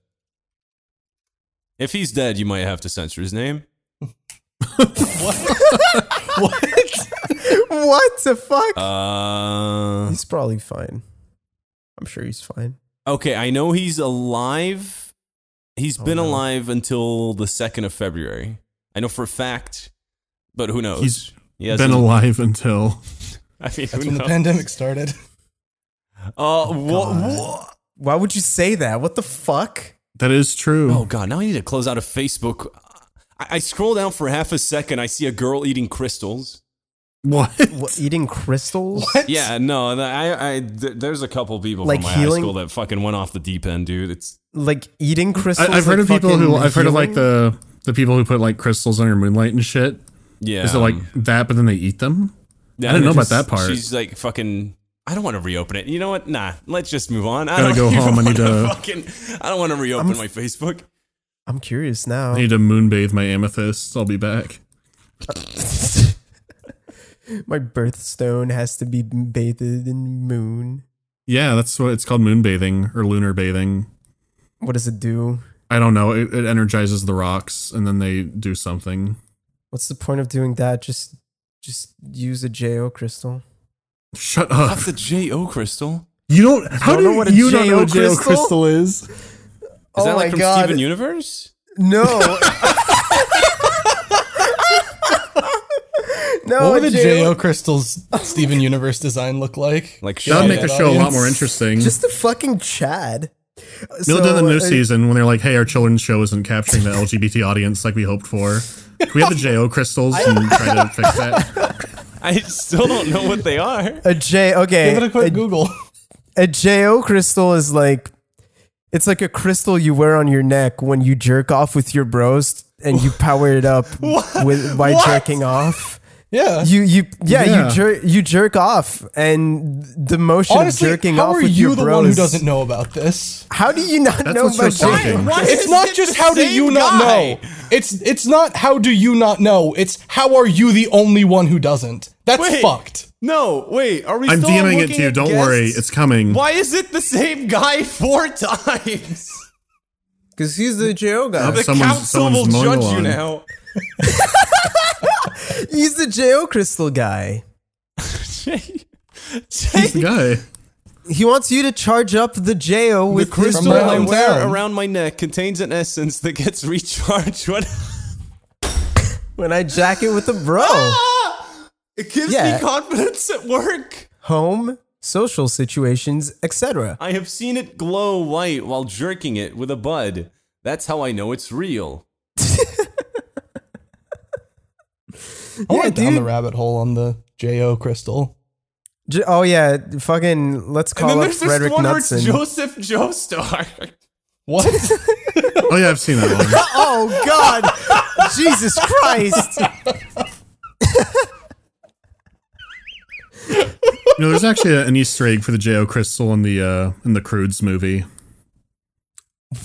B: If he's dead, you might have to censor his name.
F: what the fuck?
B: Uh-huh. Uh,
F: he's probably fine. I'm sure he's fine.
B: okay, I know he's alive. He's
D: Oh,
B: been alive until the second of February. I know for a fact, but who knows?
D: He's
B: he hasn't-
D: Been alive until.
B: I mean, who
E: That's when the
B: knows?
E: pandemic started.
B: uh,
D: Oh,
B: wha- wha-
F: Why would you say that? What the fuck?
D: That is true.
B: Oh god, now I need to close out of Facebook. I, I scroll down for half a second. I see a girl eating crystals.
D: What?
F: What, eating crystals?
B: Yeah, no, th- I, I, th- there's a couple people
F: Like
B: from my high
F: healing?
B: school that fucking went off the deep end, dude. It's
F: Like eating crystals?
D: I, I've heard
F: like
D: of people who.
F: fucking
D: I've heard of like
F: healing?
D: the the people who put like crystals under moonlight and shit.
B: yeah,
D: Is it like that, but then they eat them?
B: yeah,
D: I didn't know
B: just-
D: about that part.
B: She's like fucking. I don't want to reopen it. You know what? Nah, let's just move on. I
D: Gotta go
B: don't even
D: home. I need
B: wanna
D: to-
B: Fucking, I don't want to reopen my Facebook.
F: I'm curious now.
D: I need to moonbathe my amethyst. I'll be back.
F: My birthstone has to be bathed in moon.
D: Yeah, that's what it's called moonbathing or lunar bathing.
F: What does it do?
D: I don't know. It, it energizes the rocks and then they do something.
F: What's the point of doing that? Just just use a JO crystal.
D: Shut up.
B: That's the Jo crystal.
D: You don't. How
F: don't
D: do
F: know what a
D: you not
F: JO
D: know what JO
F: crystal?
D: crystal is?
B: Is
F: oh
B: that
F: my
B: like from
F: god.
B: Steven Universe?
F: no. no,
E: what would the
F: JO
E: JO crystals Steven Universe design look like?
B: Like
D: That would
B: shit.
D: make the show a lot more interesting.
F: just a fucking Chad.
D: They'll do the
F: So,
D: new
F: uh,
D: season when they're like, "Hey, our children's show isn't capturing the LGBT audience like we hoped for. Can we have the Jo crystals and try to fix that."
B: I still don't know what they are.
F: A J okay.
E: Give it a quick Google.
F: a JO crystal is like it's like a crystal you wear on your neck when you jerk off with your bros and you power it up with by jerking off.
E: Yeah.
F: You you yeah,
D: Yeah.
F: you jerk you jerk off and the motion
E: Honestly,
F: of jerking
E: how
F: off
E: are
F: with
E: you
F: your
E: the
F: bros.
E: one who doesn't know about this?
F: How do you not know
D: what's your
F: about
D: secret.
F: jerking?
D: Why
E: It's not just how do you not know. It's it's not how do you not know. It's how are you the only one who doesn't? That's
B: Wait.
E: fucked.
B: No, wait. Are we?
D: I'm
B: still
D: DMing it
B: looking
D: to you.
B: at
D: Don't worry,
B: guests?
D: it's coming.
B: Why is it the same guy four times?
F: Because he's the JO guy.
B: The
D: Someone's-
B: council
D: someone's
B: will
D: mowing the
B: judge
D: lawn.
B: you now.
F: He's the JO crystal guy.
B: Jay,
D: He's the guy.
F: He wants you to charge up the JO
B: the
F: with his
B: crystal
E: my
B: I
F: own-
E: hometown.
B: wear around my neck contains an essence that gets recharged when
F: when I jack it with a bro.
E: Ah!
B: it gives
F: Yeah.
B: me confidence at work.
F: Home, social situations, etc.
B: I have seen it glow white while jerking it with a bud. That's how I know it's real.
E: Oh, I went down the
F: dude.
E: rabbit hole on the Jo crystal.
F: J- oh yeah, fucking let's
B: And
F: call
B: then
F: up
B: there's this
F: Frederick
B: one where it's
F: Knudsen.
B: Joseph Joestar.
E: What?
D: Oh yeah, I've seen that one.
F: oh god. Jesus Christ.
D: You know, there's actually an Easter egg for the Jo crystal in the uh, in the Crudes movie.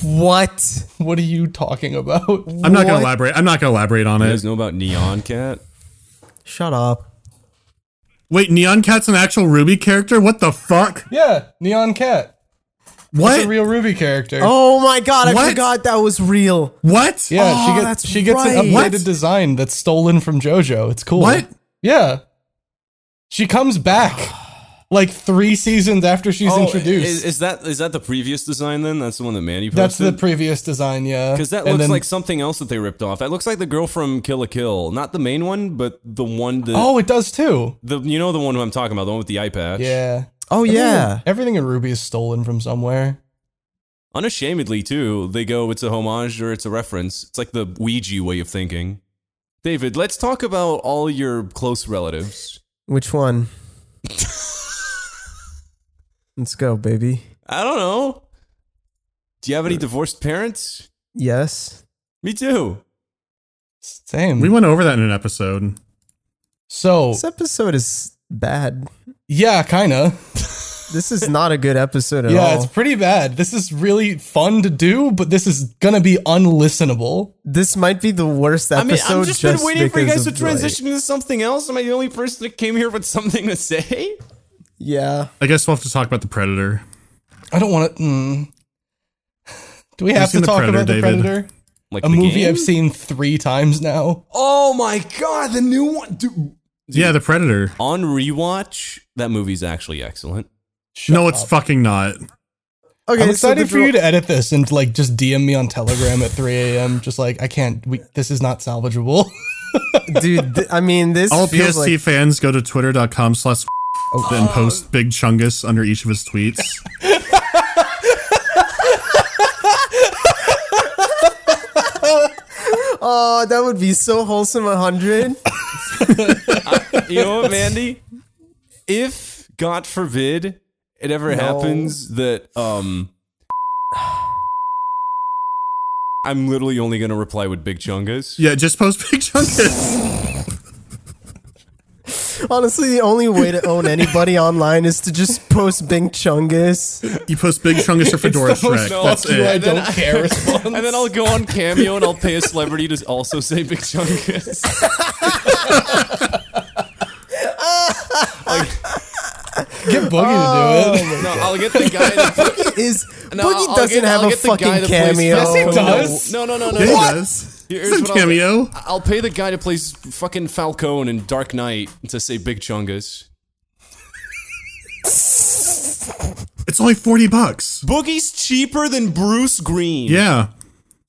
F: What?
E: what are you talking about?
D: I'm not gonna
F: What?
D: elaborate. I'm not gonna elaborate on
B: You
D: it.
B: guys know about Neon Cat?
F: Shut up.
D: Wait, Neon Cat's an actual Ruby character? What the fuck?
E: Yeah, Neon Cat. It's a
D: What?
E: real Ruby character.
F: Oh my god, I
D: What?
F: forgot that was real.
D: What?
E: yeah,
F: oh,
E: she gets
F: that's
E: she gets an
F: right.
E: updated
D: What?
E: design that's stolen from JoJo. It's cool.
D: What?
E: Yeah. She comes back like three seasons after she's
B: Oh,
E: introduced.
B: Is, is that is that the previous design then? That's the one that Manny posted.
E: That's the previous design, yeah.
B: Because that
E: And
B: looks
E: then-
B: like something else that they ripped off. That looks like the girl from Kill a Kill, not the main one, but the one that
E: oh, it does too.
B: the you know the one who I'm talking about, the one with the eye patch.
E: Yeah,
F: Oh yeah.
E: Everything in Ruby is stolen from somewhere.
B: Unashamedly, too, they go, it's a homage or it's a reference. It's like the Ouija way of thinking. David, let's talk about all your close relatives.
F: Which one? Let's go, baby.
B: I don't know. Do you have
E: Uh,
B: any divorced parents?
F: Yes.
B: Me too.
E: Same.
D: We went over that in an episode.
B: Oh.
E: so
F: This episode is bad.
E: yeah, kinda.
F: This is not a good episode at
E: Yeah,
F: all.
E: it's pretty bad. This is really fun to do, but this is gonna be unlistenable.
F: this might be the worst
B: I mean,
F: episode.
B: I've just, been waiting for you
F: because
B: guys to
F: of, like-
B: transition to something else. Am I the only person that came here with something to say?
F: yeah.
D: I guess we'll have to talk about the Predator.
E: I don't want to. Mm. Do we have to
D: seen The
E: talk
D: Predator,
E: about the
D: David?
E: Predator?
B: Like
E: A
B: the
E: movie
B: game?
E: I've seen three times now.
B: Oh my god, the new one. Dude.
D: Yeah, the Predator.
B: On rewatch, that movie's actually excellent.
D: no, it's fucking not.
F: Okay.
E: I'm
F: so
E: excited
F: the
E: for you
F: dro-
E: to edit this and like just DM me on Telegram at 3 a.m. Just like I can't. We, this is not salvageable.
F: dude. th- I mean, this
D: All
F: feels
D: PST
F: like
D: fans go to twitter.com slash and post Big Chungus under each of his tweets.
F: oh, that would be so wholesome. A hundred.
B: You know what, Mandy? If God forbid it ever
F: No.
B: happens that um I'm literally only gonna reply with big chungas.
D: yeah, just post Big Chungus.
F: Honestly, the only way to own anybody online is to just post Bing Chungus.
D: You post Big Chungus or Fedora
E: It's the most
D: Shrek. That's
E: fuck you, I
D: it.
E: don't care response.
B: And then I'll go on Cameo and I'll pay a celebrity to also say big chungus.
E: get Boogie
D: Oh.
E: to do it.
B: No, I'll get the guy that
F: Is
B: no,
F: Boogie
B: I'll
F: doesn't
B: get,
F: have
B: I'll
F: a
B: get the
F: fucking
B: guy that plays-
F: cameo.
E: Yes, he does.
B: No, no, no, no.
D: Yeah, he
B: no.
D: does.
B: Here's
D: It's a
B: what I'll do.
D: cameo.
B: I'll pay the guy to play fucking Falcone in Dark Knight to say Big Chungus.
D: It's only 40 bucks.
B: Boogie's cheaper than Bruce Green.
D: Yeah.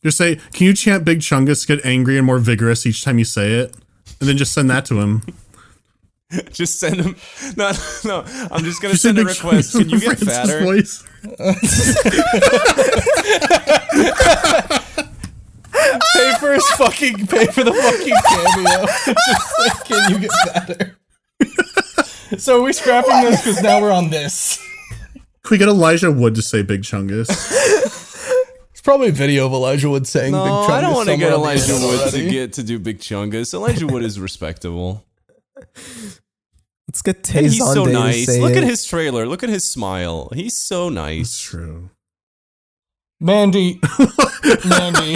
D: Just say, can you chant Big Chungus, get angry and more vigorous each time you say it? And then just send that to him.
B: Just send him. No, no. I'm just gonna
D: Just
B: send a
D: Big
B: request.
D: Chungus
B: Can you
D: with
B: get
D: Francis
B: fatter?
D: voice.
E: Pay for his fucking. Pay for the fucking cameo. Just like, can you get better? so are we scrapping this because now we're on this.
D: Can we get Elijah Wood to say Big Chungus?
E: It's probably a video of Elijah Wood saying
B: No,
E: Big Chungus.
B: I don't want to
E: somewhere
B: get
E: on the
B: Elijah
E: internet
B: Wood to
E: already.
B: get to do Big Chungus. Elijah Wood is respectable.
F: Let's get
B: And
F: Tay
B: he's so
F: Zonday to
B: nice.
F: say
B: Look at
F: it.
B: his trailer. Look at his smile. He's so nice.
D: true.
E: Mandy. Mandy.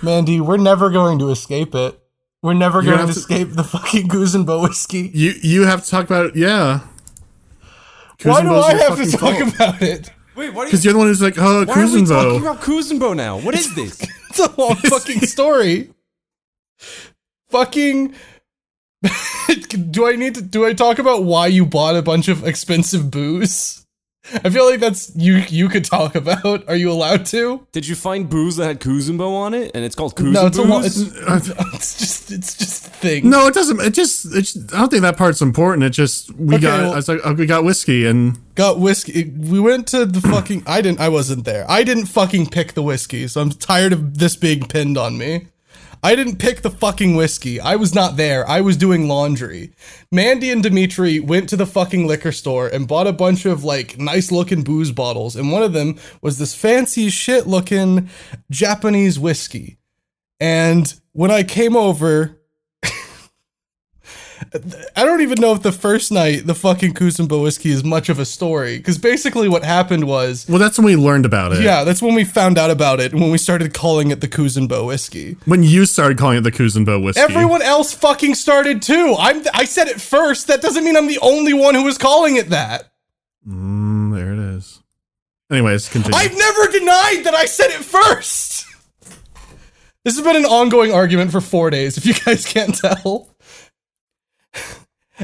E: Mandy, we're never going to escape it. We're never
D: You're
E: going to,
D: gonna have to-
E: escape the fucking Goose and Bow whiskey.
D: You you have to talk about it. Yeah.
E: Why do
D: Kuzenbo's
E: I
D: your
E: have
D: fucking
E: to talk
D: fault.
E: about it?
B: Wait, what are
D: Because you're the one who's like, oh,
B: Why are we talking
D: Kuzenbo.
B: about Kuzenbo now? What is this?
E: It's a long fucking story. fucking. do I need to? Do I talk about why you bought a bunch of expensive booze? I feel like that's you. You could talk about. Are you allowed to?
B: Did you find booze that had Kuzenbo on it? And it's called Kuzenbo?
E: No, it's a long. It's, it's just. It's just thing.
D: No, it doesn't. It just, it just- I don't think that part's important. It just, we
E: Okay,
D: got,
E: well-
D: I was like, oh, we got whiskey and
E: got whiskey. We went to the fucking. I didn't. I wasn't there. I didn't fucking pick the whiskey, so I'm tired of this being pinned on me. I didn't pick the fucking whiskey. I was not there. I was doing laundry. Mandy and Dimitri went to the fucking liquor store and bought a bunch of like nice looking booze bottles, and one of them was this fancy shit looking Japanese whiskey. And when I came over, I don't even know if the first night the fucking Kusumba whiskey is much of a story because basically what happened was
D: well, that's when we learned about it.
E: yeah that's when we found out about it when we started calling it the Kuzenbo whiskey.
D: When you started calling it the Kuzenbo whiskey.
E: Everyone else fucking started too. I'm I said it first. That doesn't mean I'm the only one who was calling it that.
D: Mm, there it is. Anyways, continue.
E: I've never denied that I said it first. This has been an ongoing argument for four days, if you guys can't tell.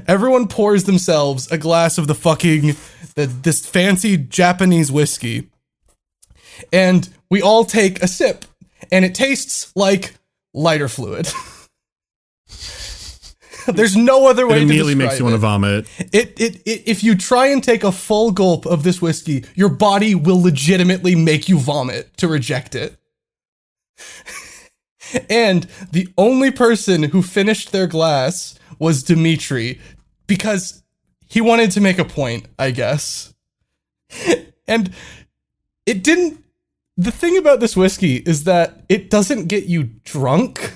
E: Everyone pours themselves a glass of the fucking the, this fancy Japanese whiskey. And we all take a sip, and it tastes like lighter fluid. There's no other way
D: It immediately
E: to
D: makes you want to vomit.
E: to. It, it it if you try and take a full gulp of this whiskey, your body will legitimately make you vomit to reject it. and the only person who finished their glass was Dimitri because he wanted to make a point, I guess. and it didn't the thing about this whiskey is that it doesn't get you drunk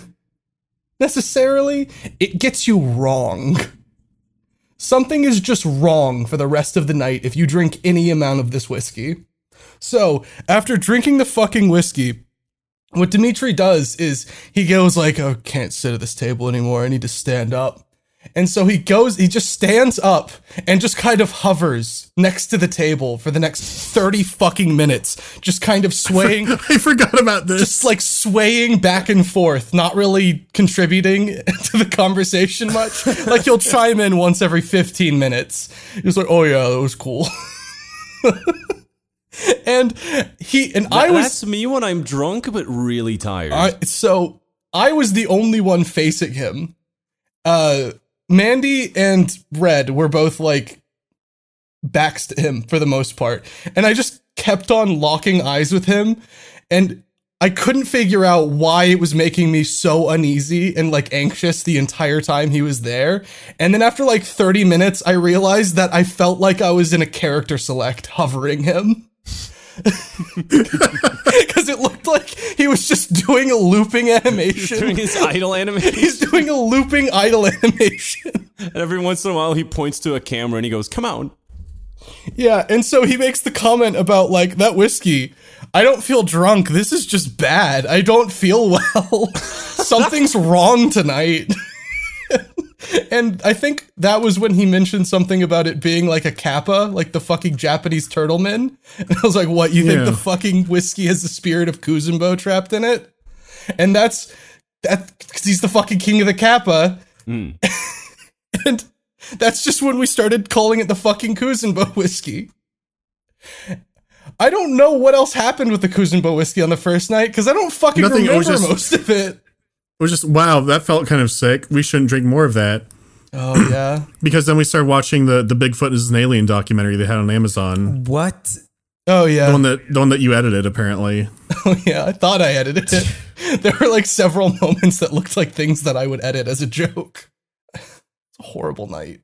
E: necessarily, it gets you wrong. Something is just wrong for the rest of the night if you drink any amount of this whiskey. So, after drinking the fucking whiskey, what Dimitri does is he goes like, "Oh, can't sit at this table anymore. I need to stand up." And so he goes, he just stands up and just kind of hovers next to the table for the next 30 fucking minutes, just kind of swaying
D: I forgot about this.
E: just like swaying back and forth, not really contributing to the conversation much. like you'll chime in once every 15 minutes. It's like, oh yeah, that was cool. and he and I was
B: That's me when I'm drunk but really tired.
E: I, so I was the only one facing him. Uh Mandy and Red were both like backs to him for the most part. And I just kept on locking eyes with him and I couldn't figure out why it was making me so uneasy and like anxious the entire time he was there. And then after like 30 minutes, I realized that I felt like I was in a character select hovering him. Because it looked like he was just doing a looping animation.
B: Doing his idle animation,
E: He's doing a looping idle animation.
B: and every once in a while he points to a camera and he goes, "Come on!"
E: Yeah, and so he makes the comment about like that whiskey. I don't feel drunk. This is just bad. I don't feel well. Something's wrong tonight. and I think that was when he mentioned something about it being like a kappa, like the fucking Japanese turtle man. And I was like, "What? You think
D: Yeah.
E: the fucking whiskey has the spirit of Kuzumbo trapped in it?" And that's that because he's the fucking king of the kappa. and that's just when we started calling it the fucking Kuzenbo whiskey. I don't know what else happened with the Kuzenbo whiskey on the first night because I don't fucking
D: Nothing, it
E: remember
D: was just-
E: most of it.
D: It was just wow, that felt kind of sick. We shouldn't drink more of that
E: Oh yeah,
D: because then we started watching the the Bigfoot is an alien documentary they had on Amazon.
F: What?
E: oh
D: The
E: yeah,
D: one that the one that you edited apparently.
E: oh yeah. I thought I edited it. There were like several moments that looked like things that I would edit as a joke. It's a horrible night.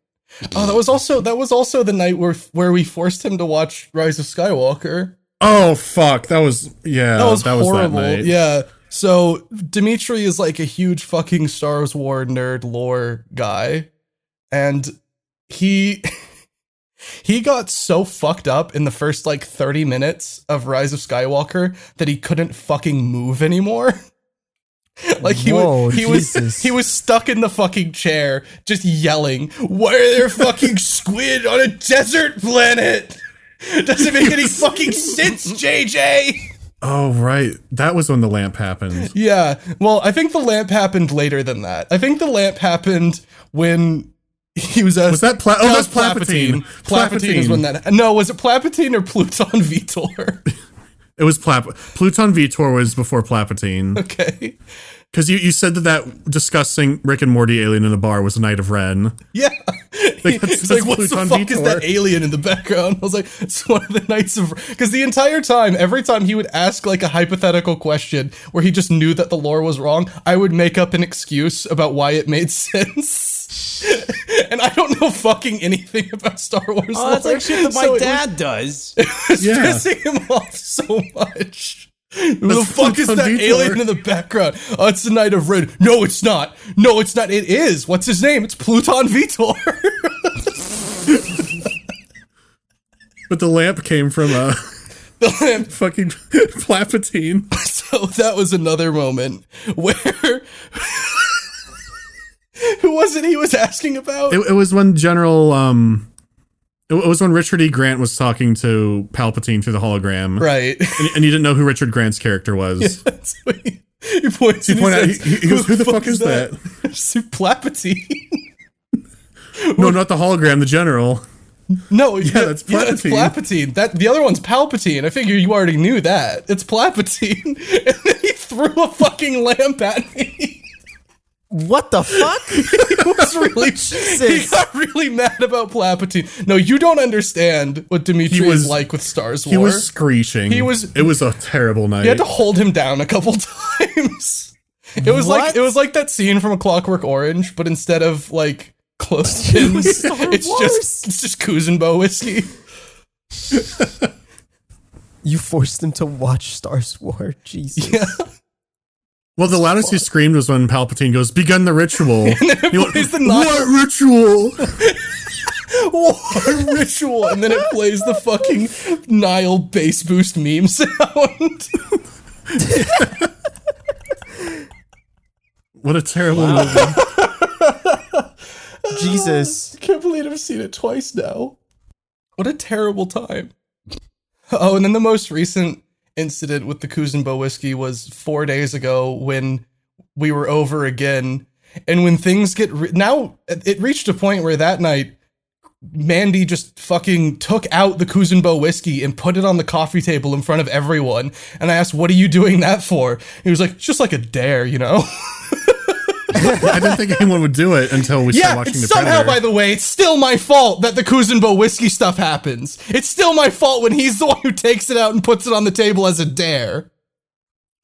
E: Oh, that was also that was also the night where where we forced him to watch Rise of Skywalker.
D: Oh fuck, that was yeah,
E: that was
D: that
E: horrible.
D: night.
E: Yeah. So Dimitri is like a huge fucking Star Wars nerd lore guy, and he he got so fucked up in the first like thirty minutes of Rise of Skywalker that he couldn't fucking move anymore. like he
F: Whoa,
E: was he was
F: Jesus.
E: he was stuck in the fucking chair just yelling, "Why are there fucking squid on a desert planet?" Doesn't make any fucking sense, JJ.
D: Oh right, that was when the lamp happened.
E: Yeah. Well, I think the lamp happened later than that. I think the lamp happened when he was asked.
D: Was that Pla- oh,
E: No,
D: that's Plapatine.
E: Plapatine. is when that. No, was it Plapatine or Pluton Vitor?
D: It was Plap. Pluton Vitor was before Plapatine
E: okay.
D: because you, you said that that discussing Rick and Morty alien in the bar was a night of Ren.
E: Yeah.
D: Like, that's-
E: It's like,
D: that's
E: what the
D: Pluton
E: fuck is that
D: Vitor."
E: alien in the background? I was like, it's one of the knights of. Because the entire time, every time he would ask like a hypothetical question where he just knew that the lore was wrong, I would make up an excuse about why it made sense. and I don't know fucking anything about Star Wars.
B: Oh, that's
E: lore,
B: like shit that my
E: so it was
B: dad does.
D: Yeah.
E: pissing him off so much. Who the
D: That's
E: fuck is
D: Pluton
E: that
D: Vitor.
E: alien in the background? Oh, it's the Knight of Red. No, it's not. No, it's not. It is. What's his name? It's Pluton Vitor.
D: But the lamp came from uh,
E: The lamp
D: fucking Plapatine.
E: So that was another moment where who was it he was asking about?
D: It, it was when General um, it, it was when Richard E. Grant was talking to Palpatine through the hologram,
E: right.
D: and, and you didn't know who Richard Grant's character was.
E: That's what he, he points and he
D: pointed out-
E: says,
D: he- he- he goes, "Who the fuck is
E: It's Plapatine.
D: no, not the hologram, the general.
E: No, yeah,
D: that's
E: that's
D: Plapatine.
E: Plapatine. That the other one's Palpatine. I figure you already knew that. It's Plapatine. And then he threw a fucking lamp at me.
F: What the fuck?
E: was really he
F: Jesus.
E: got really mad about Palpatine. No, you don't understand what Dimitri
D: He was-
E: is like with Stars War.
D: He was screeching.
E: He was-
D: It was a terrible night.
E: you had to hold him down a couple times. It was like
F: What?
E: it was like that scene from A Clockwork Orange, but instead of like close pins, it's
F: Wars.
E: just it's just Kuzenbo whiskey.
F: you forced him to watch Star Wars. Jesus.
E: Yeah,
D: well, the loudest he screamed was when Palpatine goes, "Begun the ritual." He went,
E: plays the knife.
D: what ritual?
E: war ritual, and then it plays the fucking Nile bass boost meme sound.
D: What a terrible movie.
F: Jesus.
E: Can't believe I've seen it twice now. What a terrible time. Oh, and then the most recent incident with the Kuzenbo whiskey was four days ago when we were over again. And when things get re- now, it it reached a point where that night, Mandy just fucking took out the Kuzenbo whiskey and put it on the coffee table in front of everyone. And I asked, What are you doing that for? He was like, "It's Just like a dare, you know?
D: I didn't think anyone would do it until we
E: Yeah,
D: started watching
E: and
D: the
E: somehow,
D: Predator.
E: by the way, it's still my fault that the Kuzenbo whiskey stuff happens. It's still my fault when he's the one who takes it out and puts it on the table as a dare.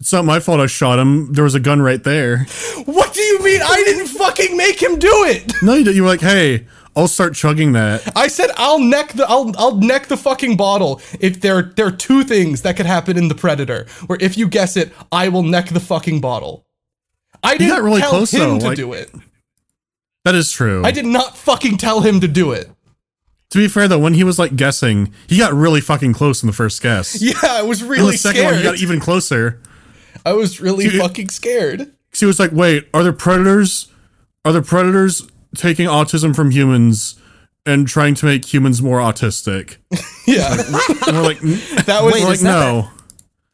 D: it's not my fault I shot him. There was a gun right there.
E: What do you mean I didn't fucking make him do it?
D: No, you, didn't. you were like, "Hey, I'll start chugging that."
E: I said I'll neck the I'll I'll neck the fucking bottle. If there there are two things that could happen in the Predator, where if you guess it, I will neck the fucking bottle. I didn't
D: got really
E: tell
D: close,
E: him
D: though,
E: to
D: like-
E: do it.
D: That is true.
E: I did not fucking tell him to do it.
D: To be fair though, when he was like guessing, he got really fucking close in the first guess.
E: Yeah, I was
D: In
E: really
D: the second
E: scared.
D: one, he got even closer.
E: I was really
D: Dude.
E: fucking scared.
D: 'Cause He was like, "Wait, are there predators? Are there predators taking autism from humans and trying to make humans more autistic?"
E: Yeah.
D: And we're like, "N-
E: That was
D: we're like,
E: just-
D: "No."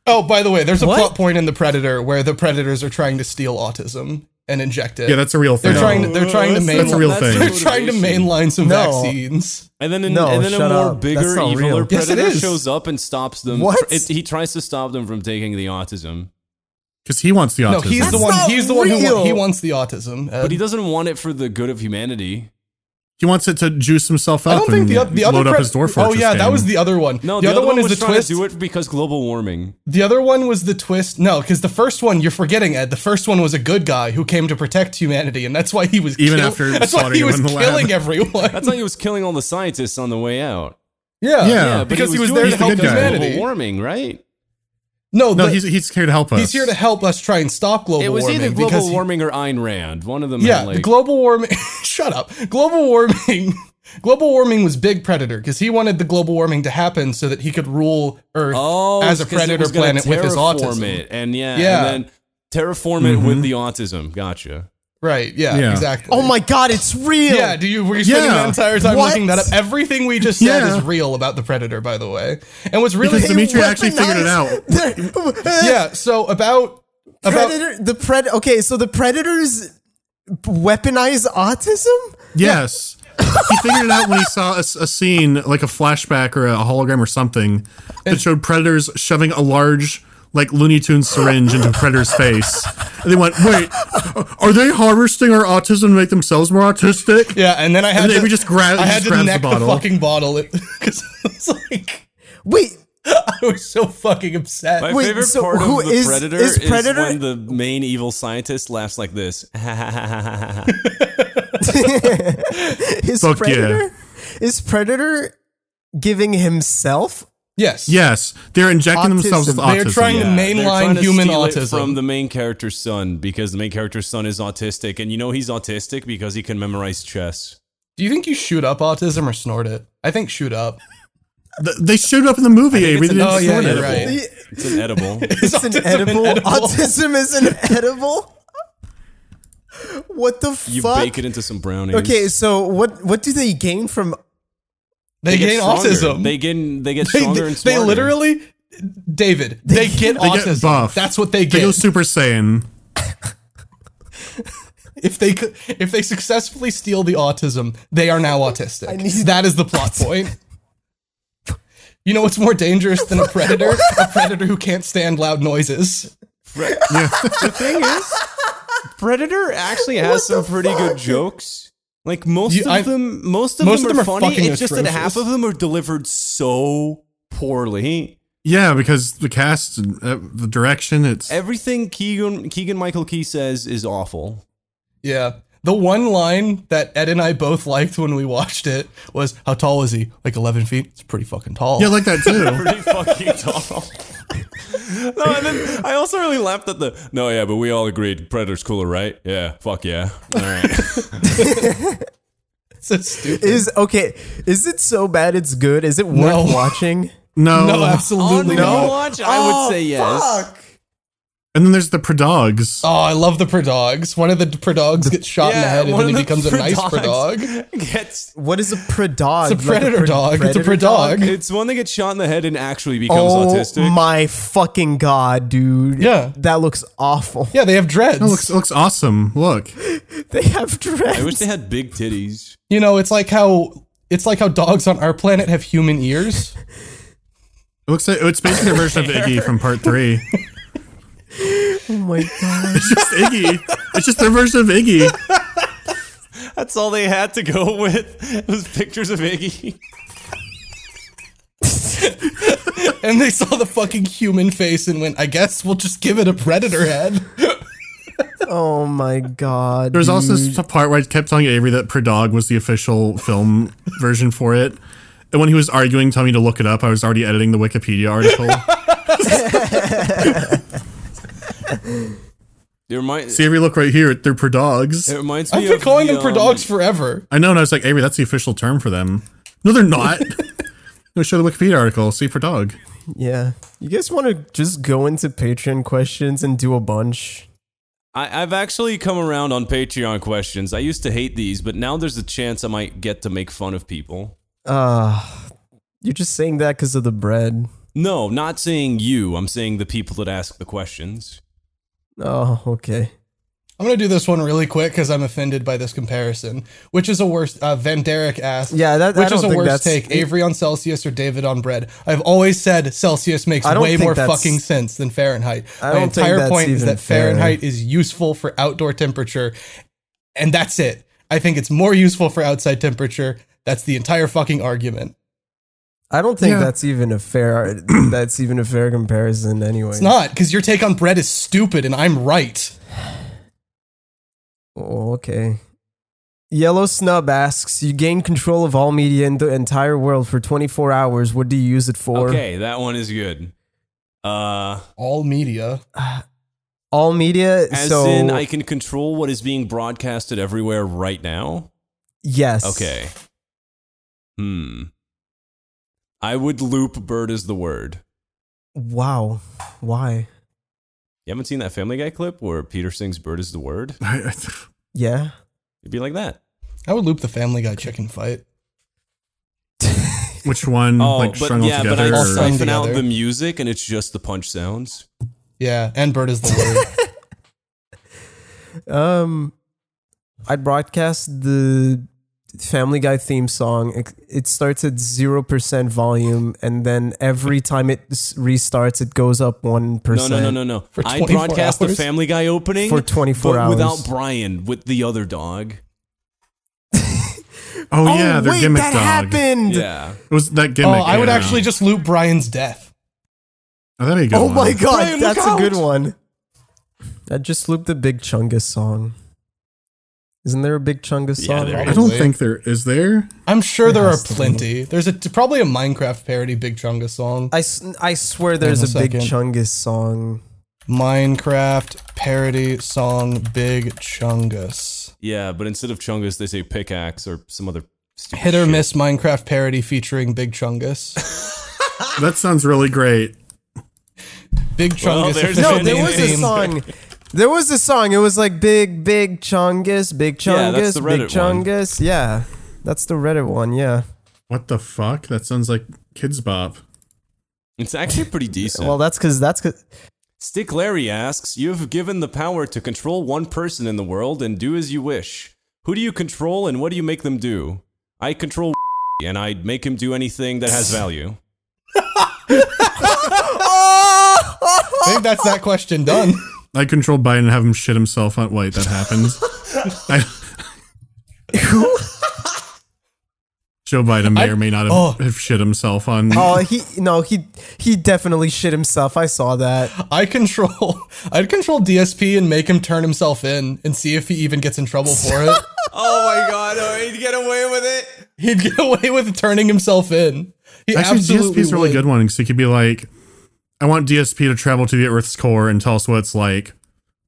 E: Oh, by the way, there's a
F: What?
E: plot point in the Predator where the predators are trying to steal autism and inject it.
D: Yeah, that's a real thing.
E: they're trying to they're trying to
D: that's- that's a
E: mainline
D: real thing.
E: they're trying to mainline some
F: No.
E: vaccines.
B: And then, an,
F: No,
B: and then a
F: shut
B: more
F: up.
B: bigger,
F: That's not
B: eviler
F: real.
E: Yes, it
B: predator
E: is.
B: shows up and stops them.
F: What?
B: It, he tries to stop them from taking the autism,
D: because he wants the autism.
E: No, he's the
F: That's
E: one
F: not
E: he's the one who wa-
F: real.
E: he wants the autism. Ed.
B: but he doesn't want it for the good of humanity.
D: He wants it to juice himself
E: I
D: up
E: don't think
D: and
E: the, oth- the other
D: load up
E: Pred-
D: his door
E: Oh
D: fortress.
E: yeah, that
D: game.
E: was the other one.
B: No,
E: the, other, one is
B: was
E: the
B: trying
E: twist.
B: to do it because global warming.
E: The other one was the twist. No, because the first one you're forgetting, Ed. The first one was a good guy who came to protect humanity, and that's why he was
D: Even
E: kill-
D: after
E: that's why
D: slaughtering
E: he
D: him
E: was
D: in the lab.
E: killing everyone.
B: That's how he was killing all the scientists on the way out.
E: yeah,
D: Yeah.
B: but
E: because he was,
B: doing
E: there
D: he's
E: to
B: it
D: the
E: help
D: good guy.
E: humanity.
B: Global warming, right?
E: No,
D: no.
E: the-
D: He's he's here to help us.
E: He's here to help us try and stop global
B: It was
E: warming.
B: either
E: because
B: global
E: he-
B: warming or Ayn Rand. One of them.
E: yeah,
B: had,
E: the
B: like-
E: global warming. shut up. Global warming. global warming was big predator because he wanted the global warming to happen so that he could rule Earth
B: oh,
E: as a
B: it's 'cause it
E: predator
B: was gonna
E: planet with his
B: terraform
E: autism.
B: it, and yeah,
E: Yeah. Mm-hmm.
B: and then terraform it with the autism. Gotcha.
E: Right? Yeah,
D: Yeah.
E: Exactly.
F: Oh my god, it's real.
E: Yeah. Do you were you spending
D: Yeah.
E: the entire time
F: What?
E: looking that up? Everything we just said
D: Yeah.
E: is real about the predator, by the way. And what's really
D: because Dimitri actually
F: Weaponized-
D: figured it out.
E: yeah. So about about
F: Predator, the pred. Okay, so the predators weaponize autism.
D: Yes. he figured it out when he saw a, s- a scene, like a flashback or a hologram or something, that showed predators shoving a large, like Looney Tunes syringe into a predator's face. And they went, wait, are they harvesting our autism to make themselves more autistic?
E: yeah, and then I had
D: then
E: to
D: we just grab-
E: I
D: just
E: had to
D: grabs the
E: neck the,
D: bottle.
E: fucking bottle because I was like.
F: Wait,
E: I was so fucking upset.
B: My
F: Wait,
B: favorite
F: so
B: part
F: who
B: of the
F: is-
B: Predator
F: is
B: is,
F: Predator-
B: when the main evil scientist laughs like this.
F: is
D: Fuck
F: predator? Is predator giving himself?
E: yes.
D: Yes. They're injecting themselves with
F: Autism.
D: autism.
E: They're trying to
B: They're trying
E: mainline
B: to
E: human
B: steal it
E: autism.
B: from the main character's son because the main character's son is autistic, and you know he's autistic because he can memorize chess.
E: Do you think you shoot up autism or snort it? I think shoot up.
D: Th- they showed up in the movie,
B: think
D: Avery.
B: it's
D: They didn't
E: Oh, yeah,
D: sort
E: you're
D: it.
E: right.
B: It's an edible.
F: It's an
E: autism
F: edible?
E: edible?
F: Autism is an edible. What the
B: You
F: fuck?
B: bake it into some brownies.
F: okay, so what what do they gain from?
E: They,
B: They get
E: gain
B: stronger.
E: autism.
B: They get they get
E: They-
B: stronger
E: they-
B: and smarter.
E: They literally, David, they, get
D: They
E: autism.
D: get buff.
E: That's what they
D: They
E: get.
D: go Super Saiyan.
E: if they could, if they successfully steal the autism, they are now autistic. that is the plot point. You know what's more dangerous than a predator? a predator who can't stand loud noises.
B: The thing is, Predator actually has some pretty good jokes. Like most
E: You-
B: of
E: I-
B: them, most of
E: most
B: them
E: of
B: are,
E: them are
B: funny.
E: fucking
B: It's just that half
E: atrocious.
B: of them are delivered so poorly.
D: Yeah, because the cast, and, uh, the direction, it's
B: Everything Keegan Keegan Michael Key says is awful.
E: Yeah. The one line that Ed and I both liked when we watched it was, "How tall is he? Like 11 feet? It's pretty fucking tall."
D: yeah, like that too.
B: Pretty fucking tall. no, and then I also really laughed at the. No, yeah, but we all agreed Predator's cooler, right? Yeah, fuck yeah. All right.
E: it's so stupid.
F: Is okay. Is it so bad? It's good. Is it worth
E: No.
F: watching?
D: No,
E: no, absolutely not.
B: watch, I would say yes.
D: and then there's the Predogs.
E: Oh, I love the Predogs. One of the Predogs gets shot in the head and
B: one
E: then he
B: of the
E: becomes a nice
B: Predogs
E: Predog.
B: Gets,
F: What is a predog?
E: It's a predator dog. It's a predog.
B: it's one that gets shot in the head and actually becomes
F: Oh
B: autistic.
F: my fucking god, dude!
E: Yeah.
F: that looks awful.
E: Yeah, they have dreads.
D: It looks it looks awesome. Look,
F: They have dreads.
B: I wish they had big titties.
E: you know, it's like how it's like how dogs on our planet have human ears.
D: it looks like oh, it's basically the version of Iggy from Part Three.
F: oh my god!
D: It's just Iggy. It's just their version of Iggy.
B: That's all they had to go with was pictures of Iggy.
E: and they saw the fucking human face and went, "I guess we'll just give it a predator head."
F: Oh my god!
D: There was
F: dude.
D: also this part where I kept telling Avery that Predog was the official film version for it. And when he was arguing, telling me to look it up, I was already editing the Wikipedia article.
B: It, remind,
D: See, Avery, look right here. They're
B: it
D: Predogs.
B: reminds me
E: I've been
B: of
E: calling
B: the,
E: them
B: um,
E: Predogs forever.
D: I know, and I was like, Avery, that's the official term for them. No, they're not. no, show the Wikipedia article. See Predog.
F: yeah. You guys want to just go into Patreon questions and do a bunch?
B: I, I've actually come around on Patreon questions. I used to hate these, but now there's a chance I might get to make fun of people.
F: Uh you're just saying that because of the bread.
B: No, not saying you. I'm saying the people that ask the questions.
F: Oh, okay.
E: I'm gonna do this one really quick because I'm offended by this comparison. Which is a worse? Uh, Van Derek asked.
F: Yeah, that- I
E: which
F: don't
E: is a
F: think
E: worse
F: that's-
E: take? Avery on Celsius or David on bread? I've always said Celsius makes
F: I don't
E: way
F: think
E: more
F: that's-
E: fucking sense than Fahrenheit.
F: I
E: My
F: don't think
E: entire
F: that's
E: point is
F: even
E: that
F: fair.
E: Fahrenheit is useful for outdoor temperature, and that's it. I think it's more useful for outside temperature. That's the entire fucking argument.
F: I don't think
D: Yeah.
F: that's even a fair. that's even a fair comparison, anyway.
E: It's not because your take on bread is stupid, and I'm right.
F: Oh, okay. Yellow Snub asks, "You gain control of all media in the entire world for 24 hours. What do you use it for?
B: okay, that one is good. Uh,
E: All media.
F: All media.
B: as
F: so
B: in, I can control what is being broadcasted everywhere right now.
F: yes.
B: Okay. Hmm. I would loop "bird" is the word.
F: Wow. Why?
B: You haven't seen that Family Guy clip where Peter sings "Bird is the word"?
D: I,
F: Yeah.
B: It'd be like that.
E: I would loop the Family Guy chicken fight.
D: which one?
B: Oh,
D: Mm, like
B: but
D: strung
B: yeah, but
D: together?
B: I
E: All
D: or-
E: strung
B: siphon out
E: together.
B: the music and it's just the punch sounds.
E: Yeah, and bird is the word.
F: Um, I broadcast the Family Guy theme song. It, it starts at zero percent volume, and then every time it s- restarts, it goes up one
B: No,
F: percent.
B: no, no, no, no.
E: For
B: I
E: 24
B: broadcast the
E: hours?
B: Family Guy opening
F: For 24
B: but
F: hours.
B: without Brian with the other dog.
D: oh, yeah, they're
F: wait,
D: gimmick
F: that
D: dog.
F: happened.
B: Yeah.
D: It was that
E: oh,
D: gimmick.
E: I would
D: yeah.
E: actually just loop Brian's death.
D: Oh, that'd be a good
F: Oh my
D: one.
F: god,
B: Brian, look
F: that's a good
B: out.
F: one. I just looped the Big Chungus song. Isn't there a Big Chungus
B: Yeah,
F: song?
B: there
D: I don't think there is there.
E: I'm sure there are
F: has to be.
E: plenty. There's a probably a Minecraft parody Big Chunga song.
F: I, s- I swear there's
E: Hold
F: a,
E: on a
F: Big
E: second.
F: Chungus song.
E: Minecraft parody song Big Chungus.
B: Yeah, but instead of Chungus, they say pickaxe or some other stupid
E: Hit or
B: shit.
E: miss Minecraft parody featuring Big Chungus.
D: That sounds really great.
E: Big
B: Well,
E: Chungus.
B: there's-
F: No,
E: official
F: there
E: name
F: was a
E: theme.
F: song. There was a song. It was like Big Big Chungus, Big
B: Yeah, that's
F: Chungus,
B: the
F: Big
B: Reddit one.
F: Chungus. Yeah, that's the Reddit one. Yeah.
D: What the fuck? That sounds like Kids Bop.
B: It's actually pretty decent.
F: Well, that's because that's 'cause-
B: Stick Larry asks, You have given the power to control one person in the world and do as you wish. Who do you control and what do you make them do? I control and I'd make him do anything that has value.
E: I think that's that question done.
D: I controlled Biden and have him shit himself on. Wait, that happened. I, Joe Biden may
E: I-
D: or may not have,
E: oh.
D: have shit himself on.
F: Oh, he no, he he definitely shit himself. I saw that.
E: I control I'd control DSP and make him turn himself in and see if he even gets in trouble for it.
B: Oh my god, oh, he'd get away with it.
E: He'd get away with turning himself in. He
D: Actually,
E: absolutely
D: DSP's a really
E: would.
D: good one because he could be like, I want DSP to travel to the Earth's core and tell us what it's like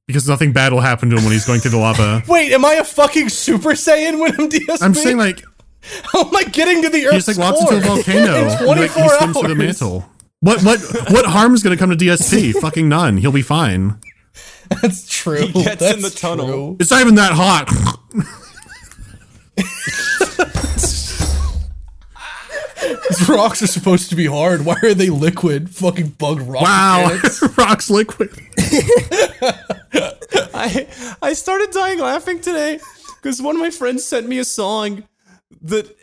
D: because nothing bad will happen to him when he's going through the lava.
E: Wait, am I a fucking Super Saiyan when I'm DSP?
D: I'm saying, like,
E: how am I getting to the
D: he
E: Earth's
D: just like
E: core?
D: walks into a volcano.
E: in
D: and,
E: 24
D: like, he swims through the
E: hours.
D: mantle. What, what, what harm is going to come to DSP? Fucking none. He'll be fine.
E: That's true.
B: He gets
E: That's
B: in the tunnel.
E: true.
D: It's not even that hot.
E: These rocks are supposed to be hard. Why are they liquid? Fucking bugged rock.
D: Wow,
E: mechanics.
D: rocks liquid.
B: I I started dying laughing today because one of my friends sent me a song that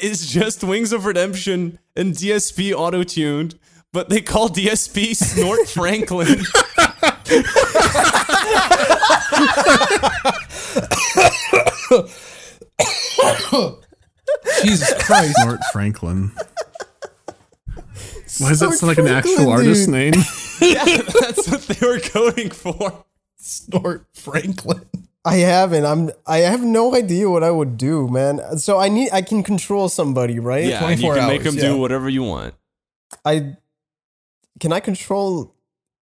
B: is just Wings of Redemption and DSP auto tuned, but they call DSP Snort Franklin.
E: Jesus Christ.
D: Snort Franklin. Why does that sound like an actual
F: Franklin,
D: artist
F: dude.
D: name?
B: yeah, that's what they were going for.
E: Snort Franklin.
F: I haven't. I'm. I have no idea what I would do, man. So I need. I can control somebody, right?
B: Yeah, and you
E: 24
B: can make
E: hours,
B: them
E: yeah.
B: do whatever you want.
F: I can I control.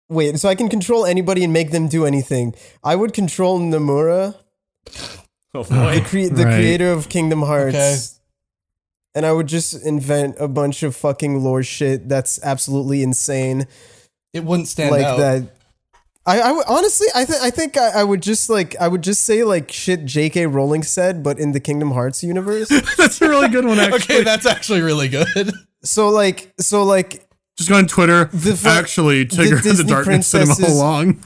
F: Wait, so I can control anybody and make them do anything. I would control Nomura,
B: Oh boy.
F: cre- the
D: Right.
F: creator of Kingdom Hearts,
E: Okay.
F: and I would just invent a bunch of fucking lore shit that's absolutely insane.
E: It wouldn't stand
F: like
E: out.
F: that. I, I would- honestly, I think I think I, I would just like I would just say like shit J.K. Rowling said, but in the Kingdom Hearts universe.
D: That's a really good one, actually.
E: Okay, that's actually really good.
F: so like so like
D: Just go on Twitter.
F: The fu-
D: actually,
F: the
D: Tigger in the
F: Disney
D: Darkness Cinema
F: princesses-
D: along.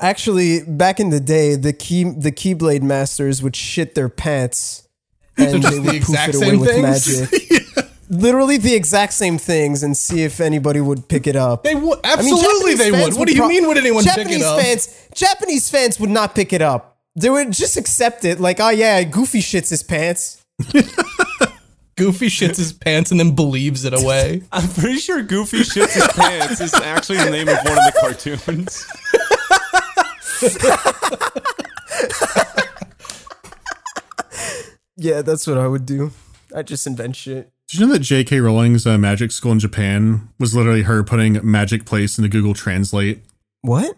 F: actually back in the day, the key the Keyblade masters would shit their pants and
E: just the
F: they would poof
E: exact
F: it away
E: same
F: with
E: things?
F: magic. Literally the exact same things, and see if anybody would pick it up.
E: They would
F: I mean,
E: absolutely.
F: Japanese
E: they
F: fans
E: would. What do you
F: pro-
E: mean? Would anyone
F: Japanese
E: pick it up?
F: Fans, Japanese fans would not pick it up. They would just accept it, like, oh yeah, Goofy shits his pants.
E: Goofy shits his pants and then believes it away.
B: I'm pretty sure Goofy shits his pants is actually the name of one of the cartoons.
F: Yeah, that's what I would do. I just invent shit.
D: Did you know that J.K. Rowling's uh, magic school in Japan was literally her putting magic place into Google Translate?
F: What?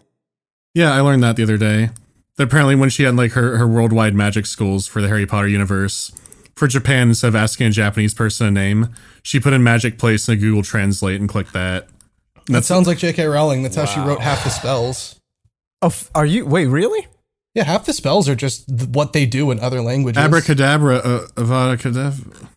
D: Yeah, I learned that the other day. That apparently, when she had like her, her worldwide magic schools for the Harry Potter universe, for Japan, instead of asking a Japanese person a name, she put in magic place into Google Translate and clicked that.
E: That sounds like J.K. Rowling. That's how she wrote half the spells.
F: Oh, f- are you? Wait, really?
E: Yeah, half the spells are just th- what they do in other languages.
D: Abracadabra, uh, Avada Kedavra.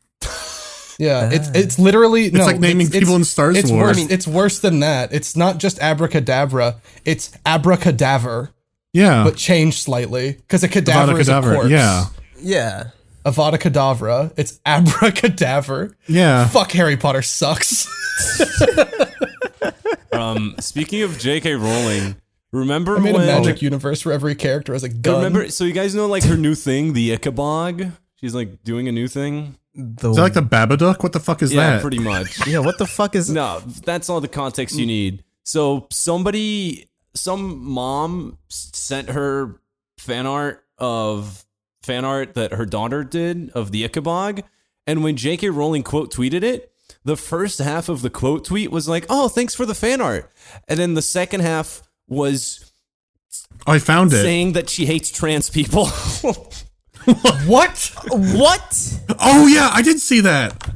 E: Yeah, it's it's literally no,
D: like naming people in Star
E: It's
D: Wars.
E: worse.
D: I mean-
E: it's worse than that. It's not just abracadabra. It's abracadaver,
D: Yeah,
E: but changed slightly because a
D: Ah. Avada
E: cadaver is a
D: Kedavra,
E: corpse.
D: Yeah,
F: Yeah.
E: Avada Kedavra. It's abracadaver.
D: yeah.
E: Fuck Harry Potter sucks.
B: Um, speaking of J.K. Rowling, remember
E: I made a
B: when
E: magic universe where every character has a gun.
B: Remember, so you guys know like her new thing, the Ichabog. She's like doing a new thing.
F: The,
D: Is that like the Babadook? What the fuck is
B: Yeah,
D: that?
B: pretty much.
F: yeah, what the fuck is?
B: no, that's all the context
D: Mm.
B: you need. So somebody, some mom s- sent her fan art of fan art that her daughter did of the Ichabog, and when J.K. Rowling quote tweeted it. The first half of the quote tweet was like, "Oh, thanks for the fan art," and then the second half was
D: oh, I found it.
B: saying that she hates trans people.
E: what?
F: What?
D: Oh yeah, I did see that.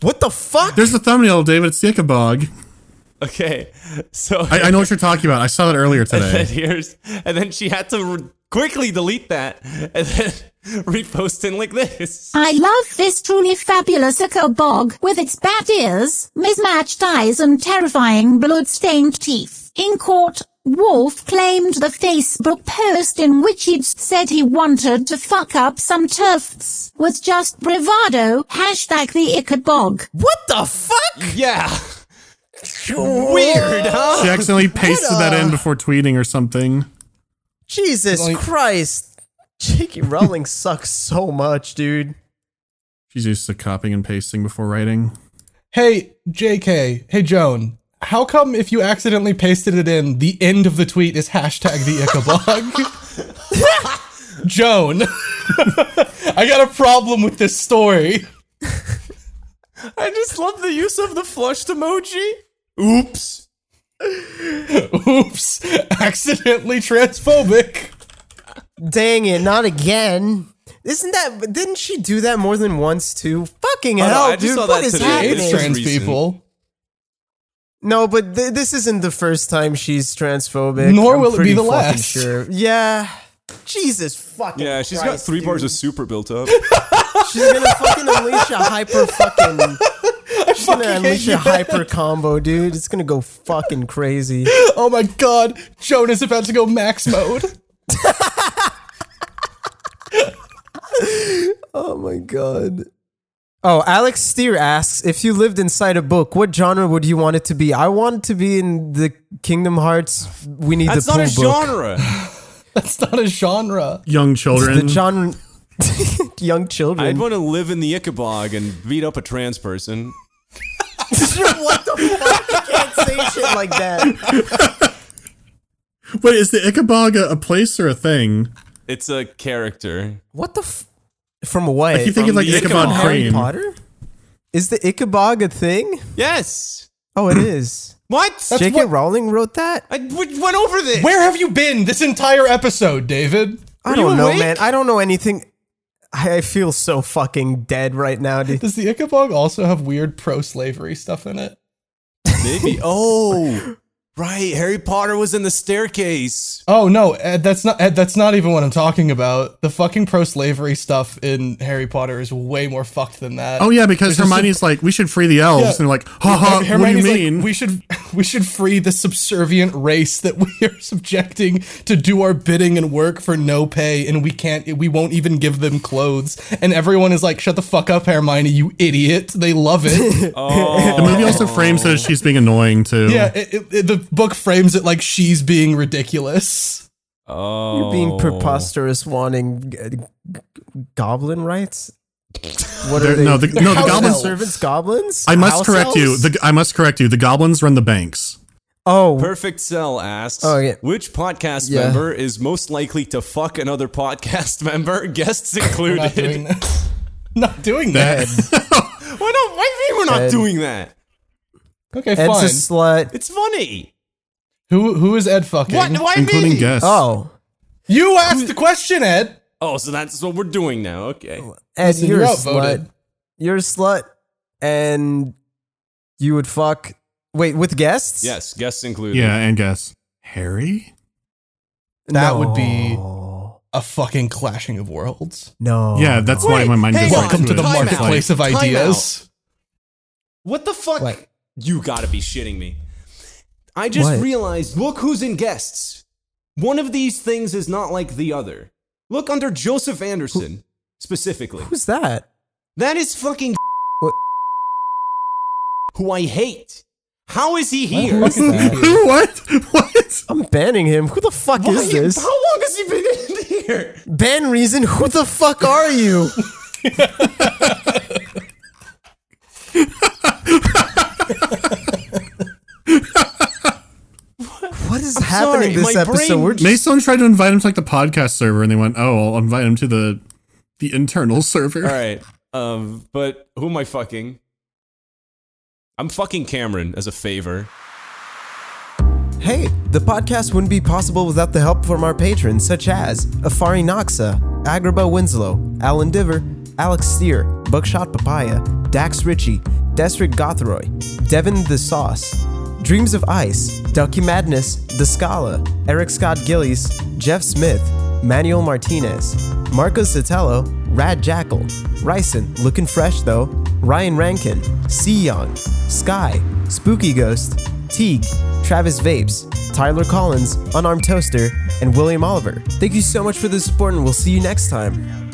F: What the fuck?
D: There's the thumbnail, David. It's the Ichabog.
B: okay, so
D: I, I know what you're talking about. I saw that earlier
B: and then
D: today.
B: here's and then she had to re- quickly delete that and then repost it like this.
H: I love this truly fabulous Ichabog with its bat ears, mismatched eyes and terrifying blood-stained teeth. In court, Wolf claimed the Facebook post in which he'd said he wanted to fuck up some turfs was just bravado, hashtag the Ichabog.
F: What the fuck?
B: Yeah.
F: Weird, huh?
D: She accidentally pasted that in before tweeting or something.
F: Jesus
E: Like-
F: Christ. J.K. Rowling sucks so much, dude.
D: She's used to copying and pasting before writing.
E: Hey, JK. Hey, Joan. How come if you accidentally pasted it in, the end of the tweet is hashtag the Ichabog? Joan. I got a problem with this story.
B: I just love the use of the flushed emoji. Oops.
E: Oops. Accidentally transphobic.
F: Dang it, not again. Isn't that didn't she do that more than once too? Fucking
B: Oh, no,
F: hell,
B: I just
F: dude.
B: saw
F: What
B: that
F: is
B: today.
F: happening?
E: It's
B: is
E: trans
B: recent.
E: people.
F: No, but th- this isn't the first time she's transphobic.
E: Nor
F: I'm
E: will it be
F: pretty
E: the
F: fucking
E: last.
F: Sure. Yeah. Jesus fucking.
B: Yeah, she's got
F: Christ,
B: three
F: dude.
B: bars of super built up.
F: She's gonna fucking unleash a hyper fucking. She's gonna unleash a hyper combo, dude. It's gonna go fucking crazy.
E: Oh my god. Joan is about to go max mode.
F: Oh my god. Oh, Alex Steer asks if you lived inside a book, what genre would you want it to be? I want it to be in the Kingdom Hearts. We need
B: That's
F: the
B: not
F: pool
B: a
F: book.
B: genre.
E: That's not a genre.
D: Young children.
F: The genre, young children.
B: I'd want to live in the Ichabog and beat up a trans person.
F: what the fuck? You can't say shit like that.
D: Wait, is the Ichabod a, a place or a thing?
B: It's a character.
F: What the? F- from what?
D: Like you think
B: From
D: it's like
B: the
D: Ichabod,
B: Ichabod.
F: Harry
D: Crane.
F: Potter? Is the Ichabod a thing?
B: Yes.
F: Oh, it is.
B: What?
F: J.K. Rowling wrote that.
B: I we went over this.
E: Where have you been this entire episode, David?
F: I
B: Were
F: don't
B: you
F: know,
B: awake?
F: man. I don't know anything. I I feel so fucking dead right now, dude.
E: Does the Ichabog also have weird pro slavery stuff in it?
B: Maybe. Oh, right. Harry Potter was in the staircase.
E: Oh no, Ed, that's not Ed, that's not even what I'm talking about. The fucking pro slavery stuff in Harry Potter is way more fucked than that.
D: Oh yeah, because
E: There's just
D: Hermione's like, we should free the elves,
E: Yeah.
D: and they're like, ha ha,
E: Her-
D: what do you
E: Hermione's like,
D: mean?
E: we should we should free the subservient race that we are subjecting to do our bidding and work for no pay, and we can't we won't even give them clothes. And everyone is like, "Shut the fuck up, Hermione, you idiot!" They love it.
D: the movie
B: Oh.
D: also frames it as she's being annoying too.
E: yeah, it, it, it- the book frames it like she's being ridiculous.
B: Oh,
F: You're being preposterous, wanting g- g- goblin rights. What
D: They're-
F: are they?
D: no, the- no, the
F: house
D: goblin-
F: servants, goblins.
D: I must
F: House
D: correct you.
F: elves?
D: The, I must correct you. The goblins run the banks.
F: oh,
B: Perfect Cell asks,
F: Oh, yeah.
B: which podcast
F: Yeah.
B: member is most likely to fuck another podcast member, guests
E: We're not doing
B: included?
E: that. not doing that.
D: That-
B: Why not? Why do you mean we're not
F: Ed.
B: doing that?
E: Okay,
F: Ed's
E: fine.
F: a slut.
B: It's funny.
E: who who is Ed fucking?
B: What? Why
D: including
B: me?
D: guests.
F: Oh,
E: You asked the question, Ed.
B: Oh, so that's what we're doing now. Okay.
F: Ed,
E: Listen,
F: you're,
E: you're
F: a
E: outvoted.
F: slut. You're a slut, and you would fuck. Wait, with guests?
B: Yes, guests included.
D: yeah, and guess Harry.
E: That
F: No.
E: would be-
F: Oh.
E: A fucking clashing of worlds.
F: no.
D: yeah, that's
B: Wait,
D: why my mind
B: hang
D: goes
B: on.
D: right
E: Welcome to
D: it.
E: the
D: It's
B: Time out.
E: marketplace of
B: Time
E: ideas.
B: What the fuck?
F: What?
B: You gotta be shitting me. I just
F: What?
B: realized look who's in guests. One of these things is not like the other. Look under Joseph Anderson specifically.
F: Who's that?
B: That is fucking
F: What?
B: who I hate. How is he
E: What?
B: here?
E: Look at that.
D: like, Who? What? What?
F: I'm banning him. Who the fuck
B: Why-
F: is this?
B: How long has he been in here?
F: Ban reason. Who the fuck are you? what is happening
B: sorry,
F: this
B: my
F: episode?
B: brain-
F: We're just,
D: Mason tried to invite him to like the podcast server, and they went, "Oh, I'll invite him to the the internal server."
B: All right. Um, but who am I fucking? I'm fucking Cameron as a favor.
F: hey, the podcast wouldn't be possible without the help from our patrons, such as Afari Noxa, Agrabah Winslow, Alan Diver, Alex Steer, Buckshot Papaya, Dax Ritchie, Desrick Gothroy, Devin the Sauce, Dreams of Ice, Ducky Madness, The Scala, Eric Scott Gillies, Jeff Smith, Manuel Martinez, Marcos Sotelo, Rad Jackal, Ryson, looking fresh though, Ryan Rankin, C Young, Sky, Spooky Ghost, Teague, Travis Vapes, Tyler Collins, Unarmed Toaster, and William Oliver. Thank you so much for the support and we'll see you next time.